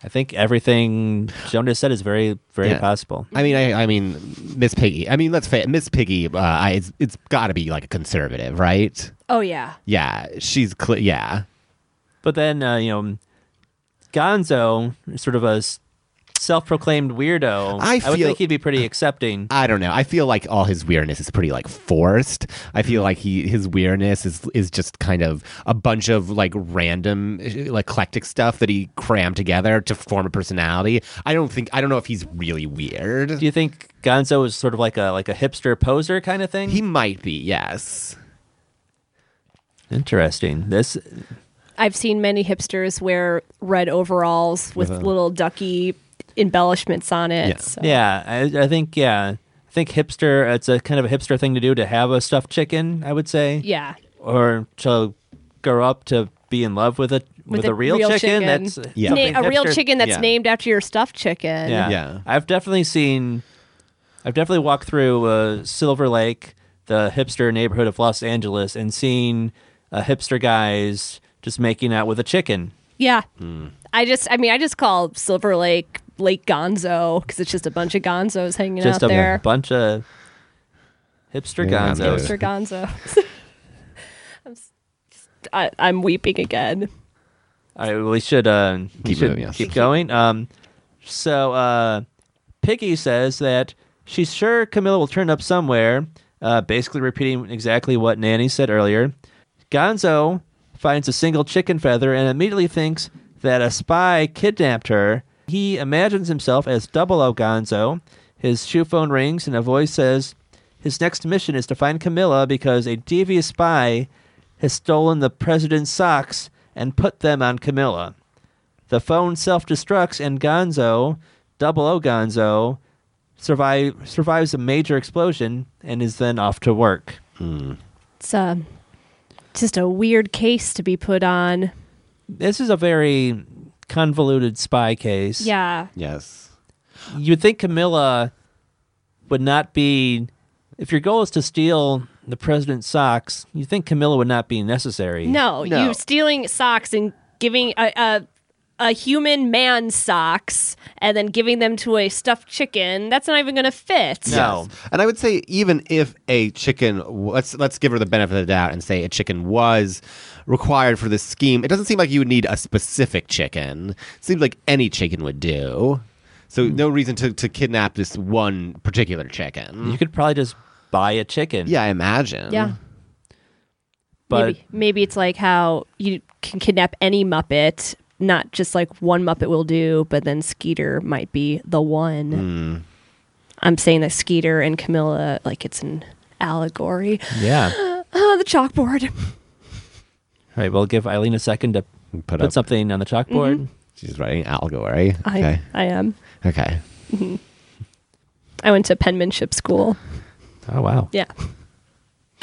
[SPEAKER 6] I think everything Joan just said is very, very
[SPEAKER 5] Yeah.
[SPEAKER 6] possible.
[SPEAKER 5] I mean, I, I mean, Miss Piggy. I mean, let's face it, Miss Piggy. Uh, I, it's it's got to be like a conservative, right?
[SPEAKER 2] Oh yeah.
[SPEAKER 5] Yeah, she's cle yeah,
[SPEAKER 6] But then, uh, you know, Gonzo, is sort of a s- self-proclaimed weirdo.
[SPEAKER 5] I
[SPEAKER 6] would
[SPEAKER 5] feel-
[SPEAKER 6] think he'd be pretty accepting.
[SPEAKER 5] I don't know. I feel like all his weirdness is pretty like forced. I feel like he his weirdness is is just kind of a bunch of like random uh, eclectic stuff that he crammed together to form a personality. I don't think I don't know if he's really weird.
[SPEAKER 6] Do you think Gonzo is sort of like a like a hipster poser kind of thing?
[SPEAKER 5] He might be, yes.
[SPEAKER 6] Interesting. This
[SPEAKER 2] I've seen many hipsters wear red overalls with little ducky embellishments on it.
[SPEAKER 5] Yeah.
[SPEAKER 2] so-
[SPEAKER 6] Yeah, I, I think yeah, I think hipster. It's a kind of a hipster thing to do to have a stuffed chicken. I would say,
[SPEAKER 2] Yeah.
[SPEAKER 6] or to grow up to be in love with a with, a real, chicken. That's
[SPEAKER 5] Yeah.
[SPEAKER 2] Na-
[SPEAKER 6] something
[SPEAKER 2] a real
[SPEAKER 6] hipster-
[SPEAKER 2] chicken that's
[SPEAKER 5] yeah.
[SPEAKER 2] named after your stuffed chicken.
[SPEAKER 6] Yeah.
[SPEAKER 5] Yeah.
[SPEAKER 6] I've definitely seen. I've definitely walked through uh, Silver Lake, the hipster neighborhood of Los Angeles, and seen uh, hipster guys just making out with a chicken.
[SPEAKER 2] Yeah.
[SPEAKER 6] Hmm.
[SPEAKER 2] I just, I mean, I just call Silver Lake Lake Gonzo because it's just a bunch of Gonzos hanging
[SPEAKER 6] just
[SPEAKER 2] out
[SPEAKER 6] a
[SPEAKER 2] there.
[SPEAKER 6] bunch of hipster
[SPEAKER 5] Yeah,
[SPEAKER 6] gonzos.
[SPEAKER 2] Hipster Gonzo. I'm, s- I, I'm weeping again.
[SPEAKER 6] All right, we should uh, we
[SPEAKER 5] Keep
[SPEAKER 6] should
[SPEAKER 5] moving, yes.
[SPEAKER 6] keep going. Um, so uh, Piggy says that she's sure Camilla will turn up somewhere, uh, basically repeating exactly what Nanny said earlier. Gonzo finds a single chicken feather and immediately thinks that a spy kidnapped her. He imagines himself as Double O Gonzo. His shoe phone rings and a voice says, "His next mission is to find Camilla because a devious spy has stolen the president's socks and put them on Camilla. The phone self destructs, and Gonzo, double O Gonzo, survive, survives a major explosion and is then off to work.
[SPEAKER 2] It's um, just a weird case to be put on.
[SPEAKER 6] This is a very convoluted spy case.
[SPEAKER 2] Yeah.
[SPEAKER 5] Yes.
[SPEAKER 6] You'd think Camilla would not be. If your goal is to steal the president's socks, you think Camilla would not be necessary.
[SPEAKER 2] No,
[SPEAKER 5] No.
[SPEAKER 2] you stealing socks and giving a, a a human man socks and then giving them to a stuffed chicken. That's not even going to fit.
[SPEAKER 6] No.
[SPEAKER 5] And I would say even if a chicken let's let's give her the benefit of the doubt and say a chicken was required for this scheme, it doesn't seem like you would need a specific chicken. It seems like any chicken would do. So no reason to, to kidnap this one particular chicken.
[SPEAKER 6] You could probably just buy a chicken.
[SPEAKER 5] Yeah, I imagine.
[SPEAKER 2] Yeah.
[SPEAKER 6] But
[SPEAKER 2] maybe, maybe it's like how you can kidnap any Muppet, not just like one Muppet will do, but then Skeeter might be the one. I'm saying that Skeeter and Camilla, like it's an allegory.
[SPEAKER 6] yeah.
[SPEAKER 2] Oh, the chalkboard.
[SPEAKER 6] All right, we'll give Eileen a second to put,
[SPEAKER 5] Put, up.
[SPEAKER 6] something on the chalkboard.
[SPEAKER 2] Mm-hmm.
[SPEAKER 5] She's writing allegory.
[SPEAKER 2] I,
[SPEAKER 5] Okay.
[SPEAKER 2] I am.
[SPEAKER 5] Okay.
[SPEAKER 2] I went to penmanship school.
[SPEAKER 6] Oh wow!
[SPEAKER 2] Yeah.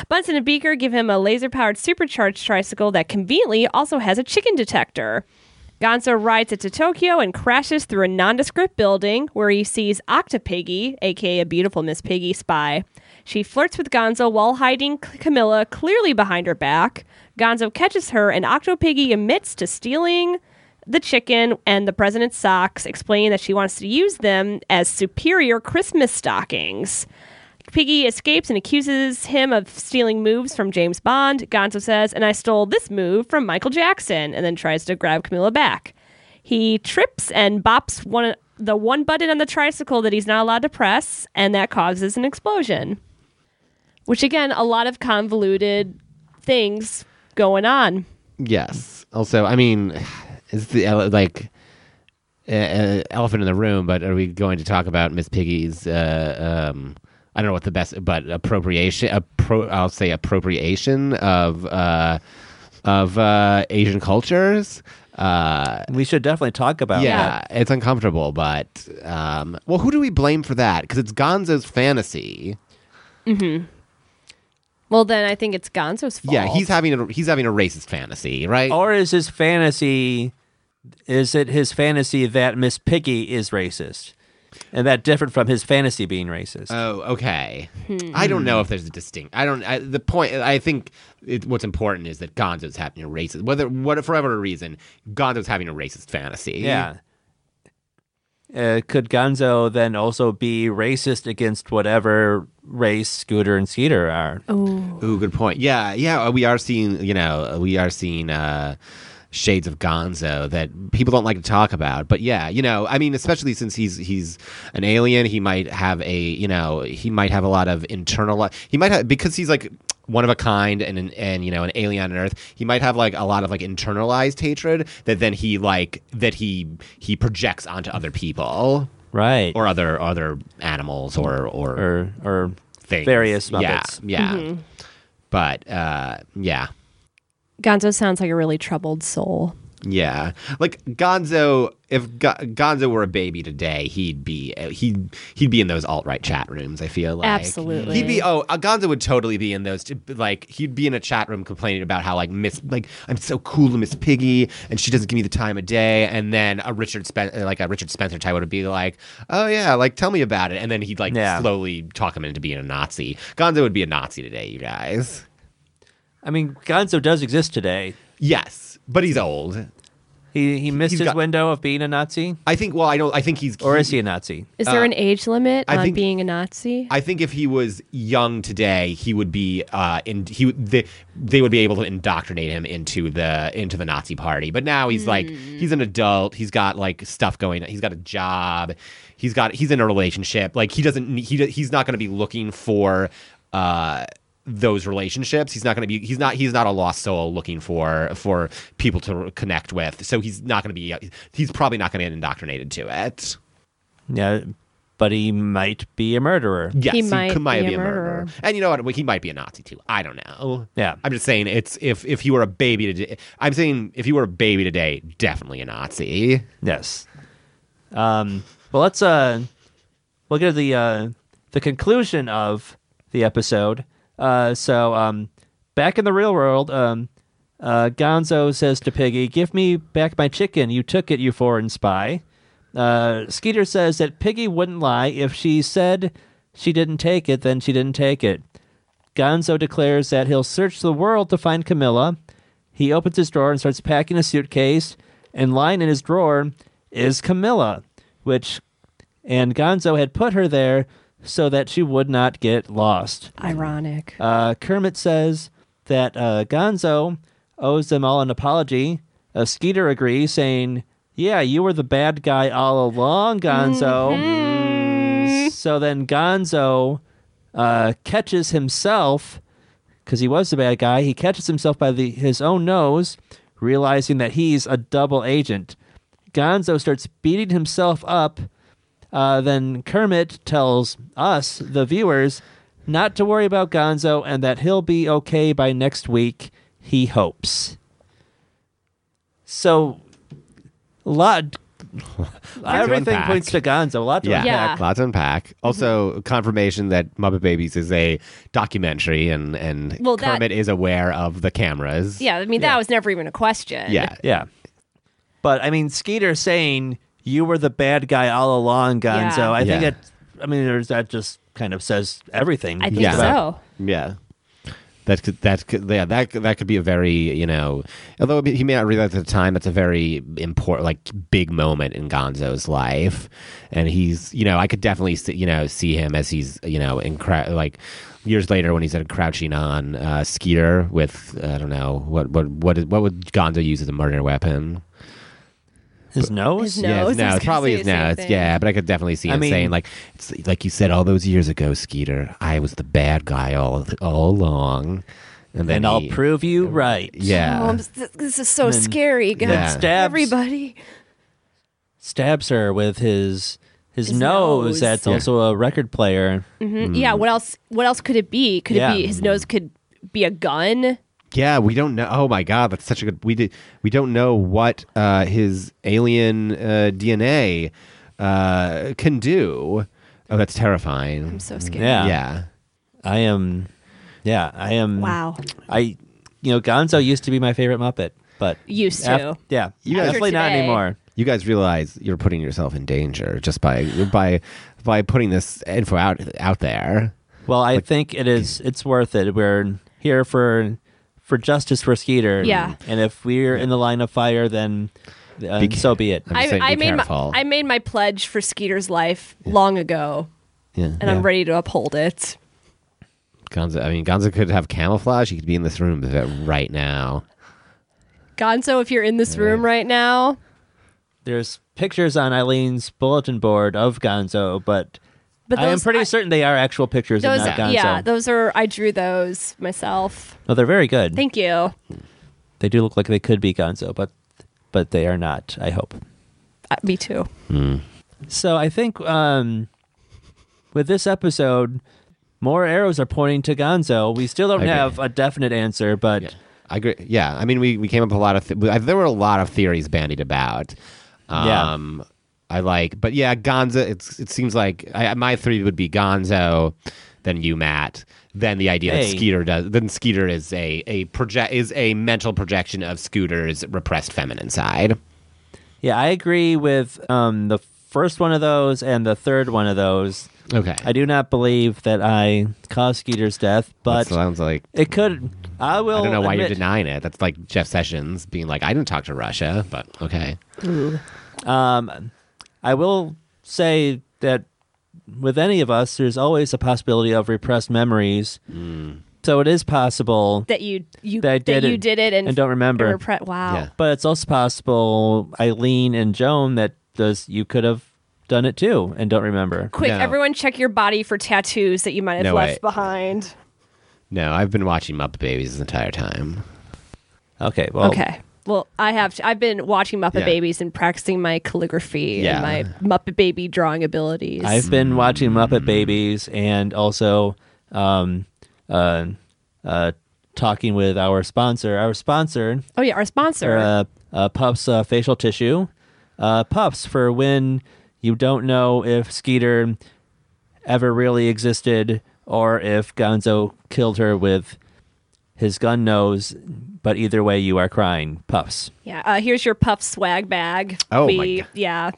[SPEAKER 2] Bunsen and Beaker give him a laser powered supercharged tricycle that conveniently also has a chicken detector. Gonzo rides it to Tokyo and crashes through a nondescript building where he sees Octapiggy, aka a beautiful Miss Piggy spy. She flirts with Gonzo while hiding C- Camilla clearly behind her back. Gonzo catches her and Octopiggy admits to stealing the chicken and the president's socks, explaining that she wants to use them as superior Christmas stockings. Piggy escapes and accuses him of stealing moves from James Bond. Gonzo says, and I stole this move from Michael Jackson, and then tries to grab Camilla back. He trips and bops one the one button on the tricycle that he's not allowed to press, and that causes an explosion. Which again, a lot of convoluted things going on.
[SPEAKER 5] Yes. Also, I mean, it's the ele- like uh, uh, elephant in the room, but are we going to talk about Miss Piggy's? Uh, um, I don't know what the best, but appropriation. Appro- I'll say appropriation of uh, of uh, Asian cultures. Uh,
[SPEAKER 6] We should definitely talk about that.
[SPEAKER 5] yeah, it's uncomfortable, but um, well, who do we blame for that? Because it's Gonzo's fantasy.
[SPEAKER 2] Well, then I think it's Gonzo's fault.
[SPEAKER 5] Yeah, he's having a he's having a racist fantasy, right?
[SPEAKER 6] Or is his fantasy is it his fantasy that Miss Piggy is racist? And that different from his fantasy being racist.
[SPEAKER 5] Oh, okay. I don't know if there's a distinct. I don't. I, the point. I think it, what's important is that Gonzo's having a racist. Whether what for whatever reason, Gonzo's having a racist fantasy.
[SPEAKER 6] yeah. Uh, could Gonzo then also be racist against whatever race Scooter and Skeeter are?
[SPEAKER 5] Ooh, good point. Yeah, yeah. uh, We are seeing. You know, we are seeing. uh Shades of Gonzo that people don't like to talk about, but yeah, you know, I mean, especially since he's he's an alien, he might have a you know he might have a lot of internal he might have because he's like one of a kind and an, and you know an alien on earth he might have like a lot of like internalized hatred that then he like that he he projects onto other people
[SPEAKER 6] Right.
[SPEAKER 5] or other other animals or or,
[SPEAKER 6] or, or
[SPEAKER 5] things
[SPEAKER 6] various
[SPEAKER 5] yeah
[SPEAKER 6] Muppets.
[SPEAKER 5] yeah but uh yeah
[SPEAKER 2] Gonzo sounds like a really troubled soul.
[SPEAKER 5] yeah like gonzo if Go- gonzo were a baby today he'd be uh, he'd he'd be in those alt-right chat rooms i feel like
[SPEAKER 2] Absolutely.
[SPEAKER 5] he'd be oh uh, gonzo would totally be in those t- like he'd be in a chat room complaining about how like miss like i'm so cool to miss piggy and she doesn't give me the time of day and then a richard spencer like a richard spencer type would be like oh yeah like tell me about it and then he'd like
[SPEAKER 6] Yeah.
[SPEAKER 5] slowly talk him into being a nazi gonzo would be a nazi today you guys
[SPEAKER 6] I mean, Gonzo does exist today.
[SPEAKER 5] yes but he's old
[SPEAKER 6] He he missed
[SPEAKER 5] He's
[SPEAKER 6] his
[SPEAKER 5] got-
[SPEAKER 6] window of being a Nazi,
[SPEAKER 5] I think. Well, I don't. I think he's.
[SPEAKER 6] or is he a Nazi?
[SPEAKER 2] Is there an age limit
[SPEAKER 5] Uh, I
[SPEAKER 2] on
[SPEAKER 5] think-
[SPEAKER 2] being a Nazi?
[SPEAKER 5] I think if he was young today, he would be. Uh, in he would- they, they would be able to indoctrinate him into the into the Nazi party. But now he's like he's an adult. He's got like stuff going. He's got a job. He's got he's in a relationship. Like he doesn't. ne- He do- he's not going to be looking for. Uh, those relationships he's not going to be he's not he's not a lost soul looking for for people to connect with so he's not going to be he's probably not going to get indoctrinated to it
[SPEAKER 6] Yeah, but he might be a murderer.
[SPEAKER 5] Yes,
[SPEAKER 2] He
[SPEAKER 5] he,
[SPEAKER 2] might
[SPEAKER 5] could, might
[SPEAKER 2] be a
[SPEAKER 5] be, a murderer.
[SPEAKER 2] murderer.
[SPEAKER 5] and you know what? He might be a Nazi too. I don't know.
[SPEAKER 6] Yeah.
[SPEAKER 5] I'm just saying it's if if he were a baby today. I'm saying if he were a baby today, definitely a Nazi.
[SPEAKER 6] Yes. Um, well, let's uh, look at the uh, the conclusion of the episode. Uh, so, um, back in the real world, um, uh, Gonzo says to Piggy, "Give me back my chicken. You took it, you foreign spy." Uh, Skeeter says that Piggy wouldn't lie if she said she didn't take it. Then she didn't take it. Gonzo declares that he'll search the world to find Camilla. He opens his drawer and starts packing a suitcase, and lying in his drawer is Camilla, which and Gonzo had put her there so that she would not get lost.
[SPEAKER 2] Ironic.
[SPEAKER 6] Uh, Kermit says that uh, Gonzo owes them all an apology. Uh, Skeeter agrees, saying, Yeah, you were the bad guy all along, Gonzo. So then Gonzo uh, catches himself, because he was the bad guy, he catches himself by the, his own nose, realizing that he's a double agent. Gonzo starts beating himself up. Uh, then Kermit tells us, the viewers, not to worry about Gonzo and that he'll be okay by next week, he hopes. So, a lot. Everything
[SPEAKER 5] unpack.
[SPEAKER 6] points to Gonzo. A lot to
[SPEAKER 5] Yeah, Mm-hmm.
[SPEAKER 6] unpack.
[SPEAKER 2] Yeah.
[SPEAKER 5] lots to unpack. Also, confirmation that Muppet Babies is a documentary, and and
[SPEAKER 2] Well, that-
[SPEAKER 5] Kermit is aware of the cameras.
[SPEAKER 2] yeah, I mean that was never even a question.
[SPEAKER 5] yeah,
[SPEAKER 6] Yeah. But I mean, Skeeter saying you were the bad guy all along, Gonzo.
[SPEAKER 2] Yeah.
[SPEAKER 6] I think
[SPEAKER 5] Yeah.
[SPEAKER 6] that. I mean, there's, that just kind of says everything.
[SPEAKER 2] I think
[SPEAKER 5] Yeah.
[SPEAKER 2] so.
[SPEAKER 5] yeah. That could that could yeah that could- that could be a very you know although he may not realize at the time that's a very important like big moment in Gonzo's life, and he's you know I could definitely see, you know see him as he's you know incre- like years later when he's at crouching on uh, Skeeter with I don't know what what what is, what would Gonzo use as a murder weapon?
[SPEAKER 6] His nose?
[SPEAKER 2] His
[SPEAKER 5] yeah,
[SPEAKER 2] nose.
[SPEAKER 5] no,
[SPEAKER 2] I was
[SPEAKER 5] it's
[SPEAKER 2] gonna
[SPEAKER 5] probably
[SPEAKER 2] say
[SPEAKER 5] is
[SPEAKER 2] the same
[SPEAKER 5] now. It's,
[SPEAKER 2] thing.
[SPEAKER 5] yeah, but I could definitely see
[SPEAKER 6] I
[SPEAKER 5] him
[SPEAKER 6] mean-
[SPEAKER 5] saying like, it's, like you said all those years ago, Skeeter, I was the bad guy all all along, and then
[SPEAKER 6] And I'll
[SPEAKER 5] he-
[SPEAKER 6] prove you right.
[SPEAKER 5] Yeah,
[SPEAKER 2] Oh, I'm s- th- this is so
[SPEAKER 6] And then-
[SPEAKER 2] scary, guys.
[SPEAKER 5] Yeah.
[SPEAKER 6] Stabs.
[SPEAKER 2] Everybody.
[SPEAKER 6] Stabs her with his his,
[SPEAKER 2] His
[SPEAKER 6] nose.
[SPEAKER 2] nose.
[SPEAKER 6] That's
[SPEAKER 5] Yeah.
[SPEAKER 6] also a record player.
[SPEAKER 2] Mm, Yeah. What else? What else could it be? Could
[SPEAKER 6] Yeah.
[SPEAKER 2] it be his nose? Could be a gun?
[SPEAKER 5] yeah, we don't know. Oh my God, that's such a good. We did. We don't know what uh, his alien uh, DNA uh, can do. Oh, that's terrifying.
[SPEAKER 2] I'm so scared.
[SPEAKER 6] Yeah.
[SPEAKER 5] Yeah.
[SPEAKER 6] I am yeah, I am
[SPEAKER 2] Wow.
[SPEAKER 6] I you know, Gonzo used to be my favorite Muppet, but
[SPEAKER 2] Used to.
[SPEAKER 6] Af- yeah.
[SPEAKER 5] You guys-
[SPEAKER 6] definitely not
[SPEAKER 2] After today.
[SPEAKER 6] anymore.
[SPEAKER 5] you guys realize you're putting yourself in danger just by by by putting this info out out there.
[SPEAKER 6] Well, I think it is. It's worth it. We're here for for justice for Skeeter.
[SPEAKER 2] Yeah.
[SPEAKER 6] And if we're in the line of fire, then uh,
[SPEAKER 5] Be ca-
[SPEAKER 6] so be it.
[SPEAKER 5] I'm
[SPEAKER 2] I,
[SPEAKER 5] saying be
[SPEAKER 2] I made my,
[SPEAKER 5] careful.
[SPEAKER 2] I made my pledge for Skeeter's life long ago,
[SPEAKER 5] Yeah,
[SPEAKER 2] and I'm ready to uphold it.
[SPEAKER 5] Gonzo, I mean, Gonzo could have camouflage. He could be in this room right now.
[SPEAKER 2] Gonzo, if you're in this room right now,
[SPEAKER 6] There's pictures on Eileen's bulletin board of Gonzo, but,
[SPEAKER 2] but
[SPEAKER 6] I am
[SPEAKER 2] those,
[SPEAKER 6] pretty certain they are actual pictures
[SPEAKER 2] those,
[SPEAKER 6] of not Gonzo.
[SPEAKER 2] yeah, those are I drew those myself.
[SPEAKER 6] no, they're very good.
[SPEAKER 2] Thank you.
[SPEAKER 6] they do look like they could be Gonzo, but but they are not. I hope.
[SPEAKER 2] Uh, me too.
[SPEAKER 6] So I think um, with this episode, more arrows are pointing to Gonzo. We still don't
[SPEAKER 5] I agree.
[SPEAKER 6] have a definite answer, but
[SPEAKER 5] I agree. Yeah, I mean, we, we came up with a lot of th- there were a lot of theories bandied about.
[SPEAKER 6] Yeah.
[SPEAKER 5] Um, I like, but yeah, Gonzo. It's it seems like I, my three would be Gonzo, then you, Matt, then the idea that
[SPEAKER 6] Hey.
[SPEAKER 5] Skeeter does. Then Skeeter is a a project is a mental projection of Scooter's repressed feminine side.
[SPEAKER 6] yeah, I agree with um, the first one of those and the third one of those.
[SPEAKER 5] Okay,
[SPEAKER 6] I do not believe that I caused Skeeter's death, but
[SPEAKER 5] that sounds like
[SPEAKER 6] it could. I will.
[SPEAKER 5] I don't know why you're
[SPEAKER 6] admit-
[SPEAKER 5] denying it. That's like Jeff Sessions being like, I didn't talk to Russia, but okay.
[SPEAKER 6] I will say that with any of us, there's always a possibility of repressed memories.
[SPEAKER 5] Hmm.
[SPEAKER 6] So it is possible
[SPEAKER 2] That you you
[SPEAKER 6] That I
[SPEAKER 2] that,
[SPEAKER 6] did
[SPEAKER 2] you
[SPEAKER 6] it
[SPEAKER 2] did it and,
[SPEAKER 6] and don't remember.
[SPEAKER 2] and repre- wow.
[SPEAKER 5] Yeah.
[SPEAKER 6] But it's also possible Eileen and Joan that does you could have done it too and don't remember.
[SPEAKER 2] Quick,
[SPEAKER 5] No.
[SPEAKER 2] everyone, check your body for tattoos that you might have
[SPEAKER 5] No,
[SPEAKER 2] left
[SPEAKER 5] wait.
[SPEAKER 2] behind.
[SPEAKER 5] No, I've been watching Muppet Babies this entire time.
[SPEAKER 6] Okay, well,
[SPEAKER 2] Okay. Well, I have. To, I've been watching Muppet
[SPEAKER 5] Yeah.
[SPEAKER 2] Babies and practicing my calligraphy
[SPEAKER 5] Yeah.
[SPEAKER 2] and my Muppet Baby drawing abilities.
[SPEAKER 6] I've been watching Muppet Babies and also um, uh, uh, talking with our sponsor. Our sponsor,
[SPEAKER 2] oh yeah, our sponsor.
[SPEAKER 6] uh, uh, Puffs uh, facial tissue, uh, Puffs for when you don't know if Skeeter ever really existed or if Gonzo killed her with his gun nose. But either way, you are crying. Puffs.
[SPEAKER 2] yeah. Uh, here's your puff swag bag.
[SPEAKER 5] Oh, my
[SPEAKER 2] We-
[SPEAKER 5] God.
[SPEAKER 2] Yeah.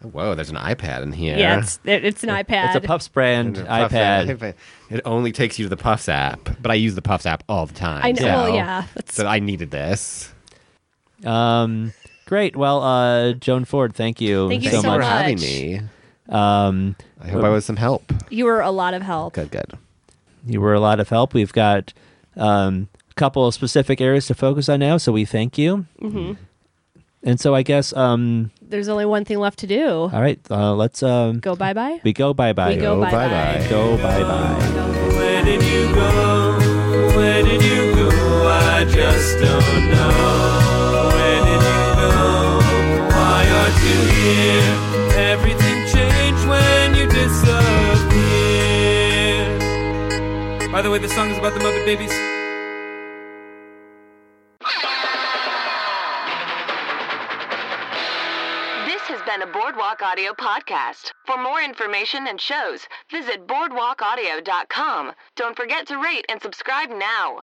[SPEAKER 5] Whoa, there's an iPad in here.
[SPEAKER 2] Yeah. It's, it, it's an iPad.
[SPEAKER 6] It's a Puffs brand
[SPEAKER 5] There's a Puff
[SPEAKER 6] iPad.
[SPEAKER 5] app. It only takes you to the Puffs app, but I use the Puffs app all the time.
[SPEAKER 2] I know.
[SPEAKER 5] So,
[SPEAKER 2] Well, yeah. That's,
[SPEAKER 5] so I needed this.
[SPEAKER 6] Um, great. Well, uh, Joan Ford, thank you,
[SPEAKER 2] Thank you
[SPEAKER 5] Thanks
[SPEAKER 2] so
[SPEAKER 5] for
[SPEAKER 2] much.
[SPEAKER 5] having me.
[SPEAKER 6] Um,
[SPEAKER 5] I hope I was some help.
[SPEAKER 2] you were a lot of help.
[SPEAKER 5] Good, good.
[SPEAKER 6] you were a lot of help. We've got um, a couple of specific areas to focus on now, so we thank you. Mm-hmm. And so I guess, um,
[SPEAKER 2] There's only one thing left to do.
[SPEAKER 6] all right, uh, let's um,
[SPEAKER 2] Go bye bye.
[SPEAKER 6] we go bye bye.
[SPEAKER 2] We go bye bye.
[SPEAKER 6] Go bye bye.
[SPEAKER 4] Where did you go? Where did you go? I just don't know. Where did you go? Why aren't you here? Everything changed when you disappeared. By the way, this song is about the Muppet Babies.
[SPEAKER 1] This has been a Boardwalk Audio podcast. For more information and shows, visit boardwalkaudio.com. Don't forget to rate and subscribe now.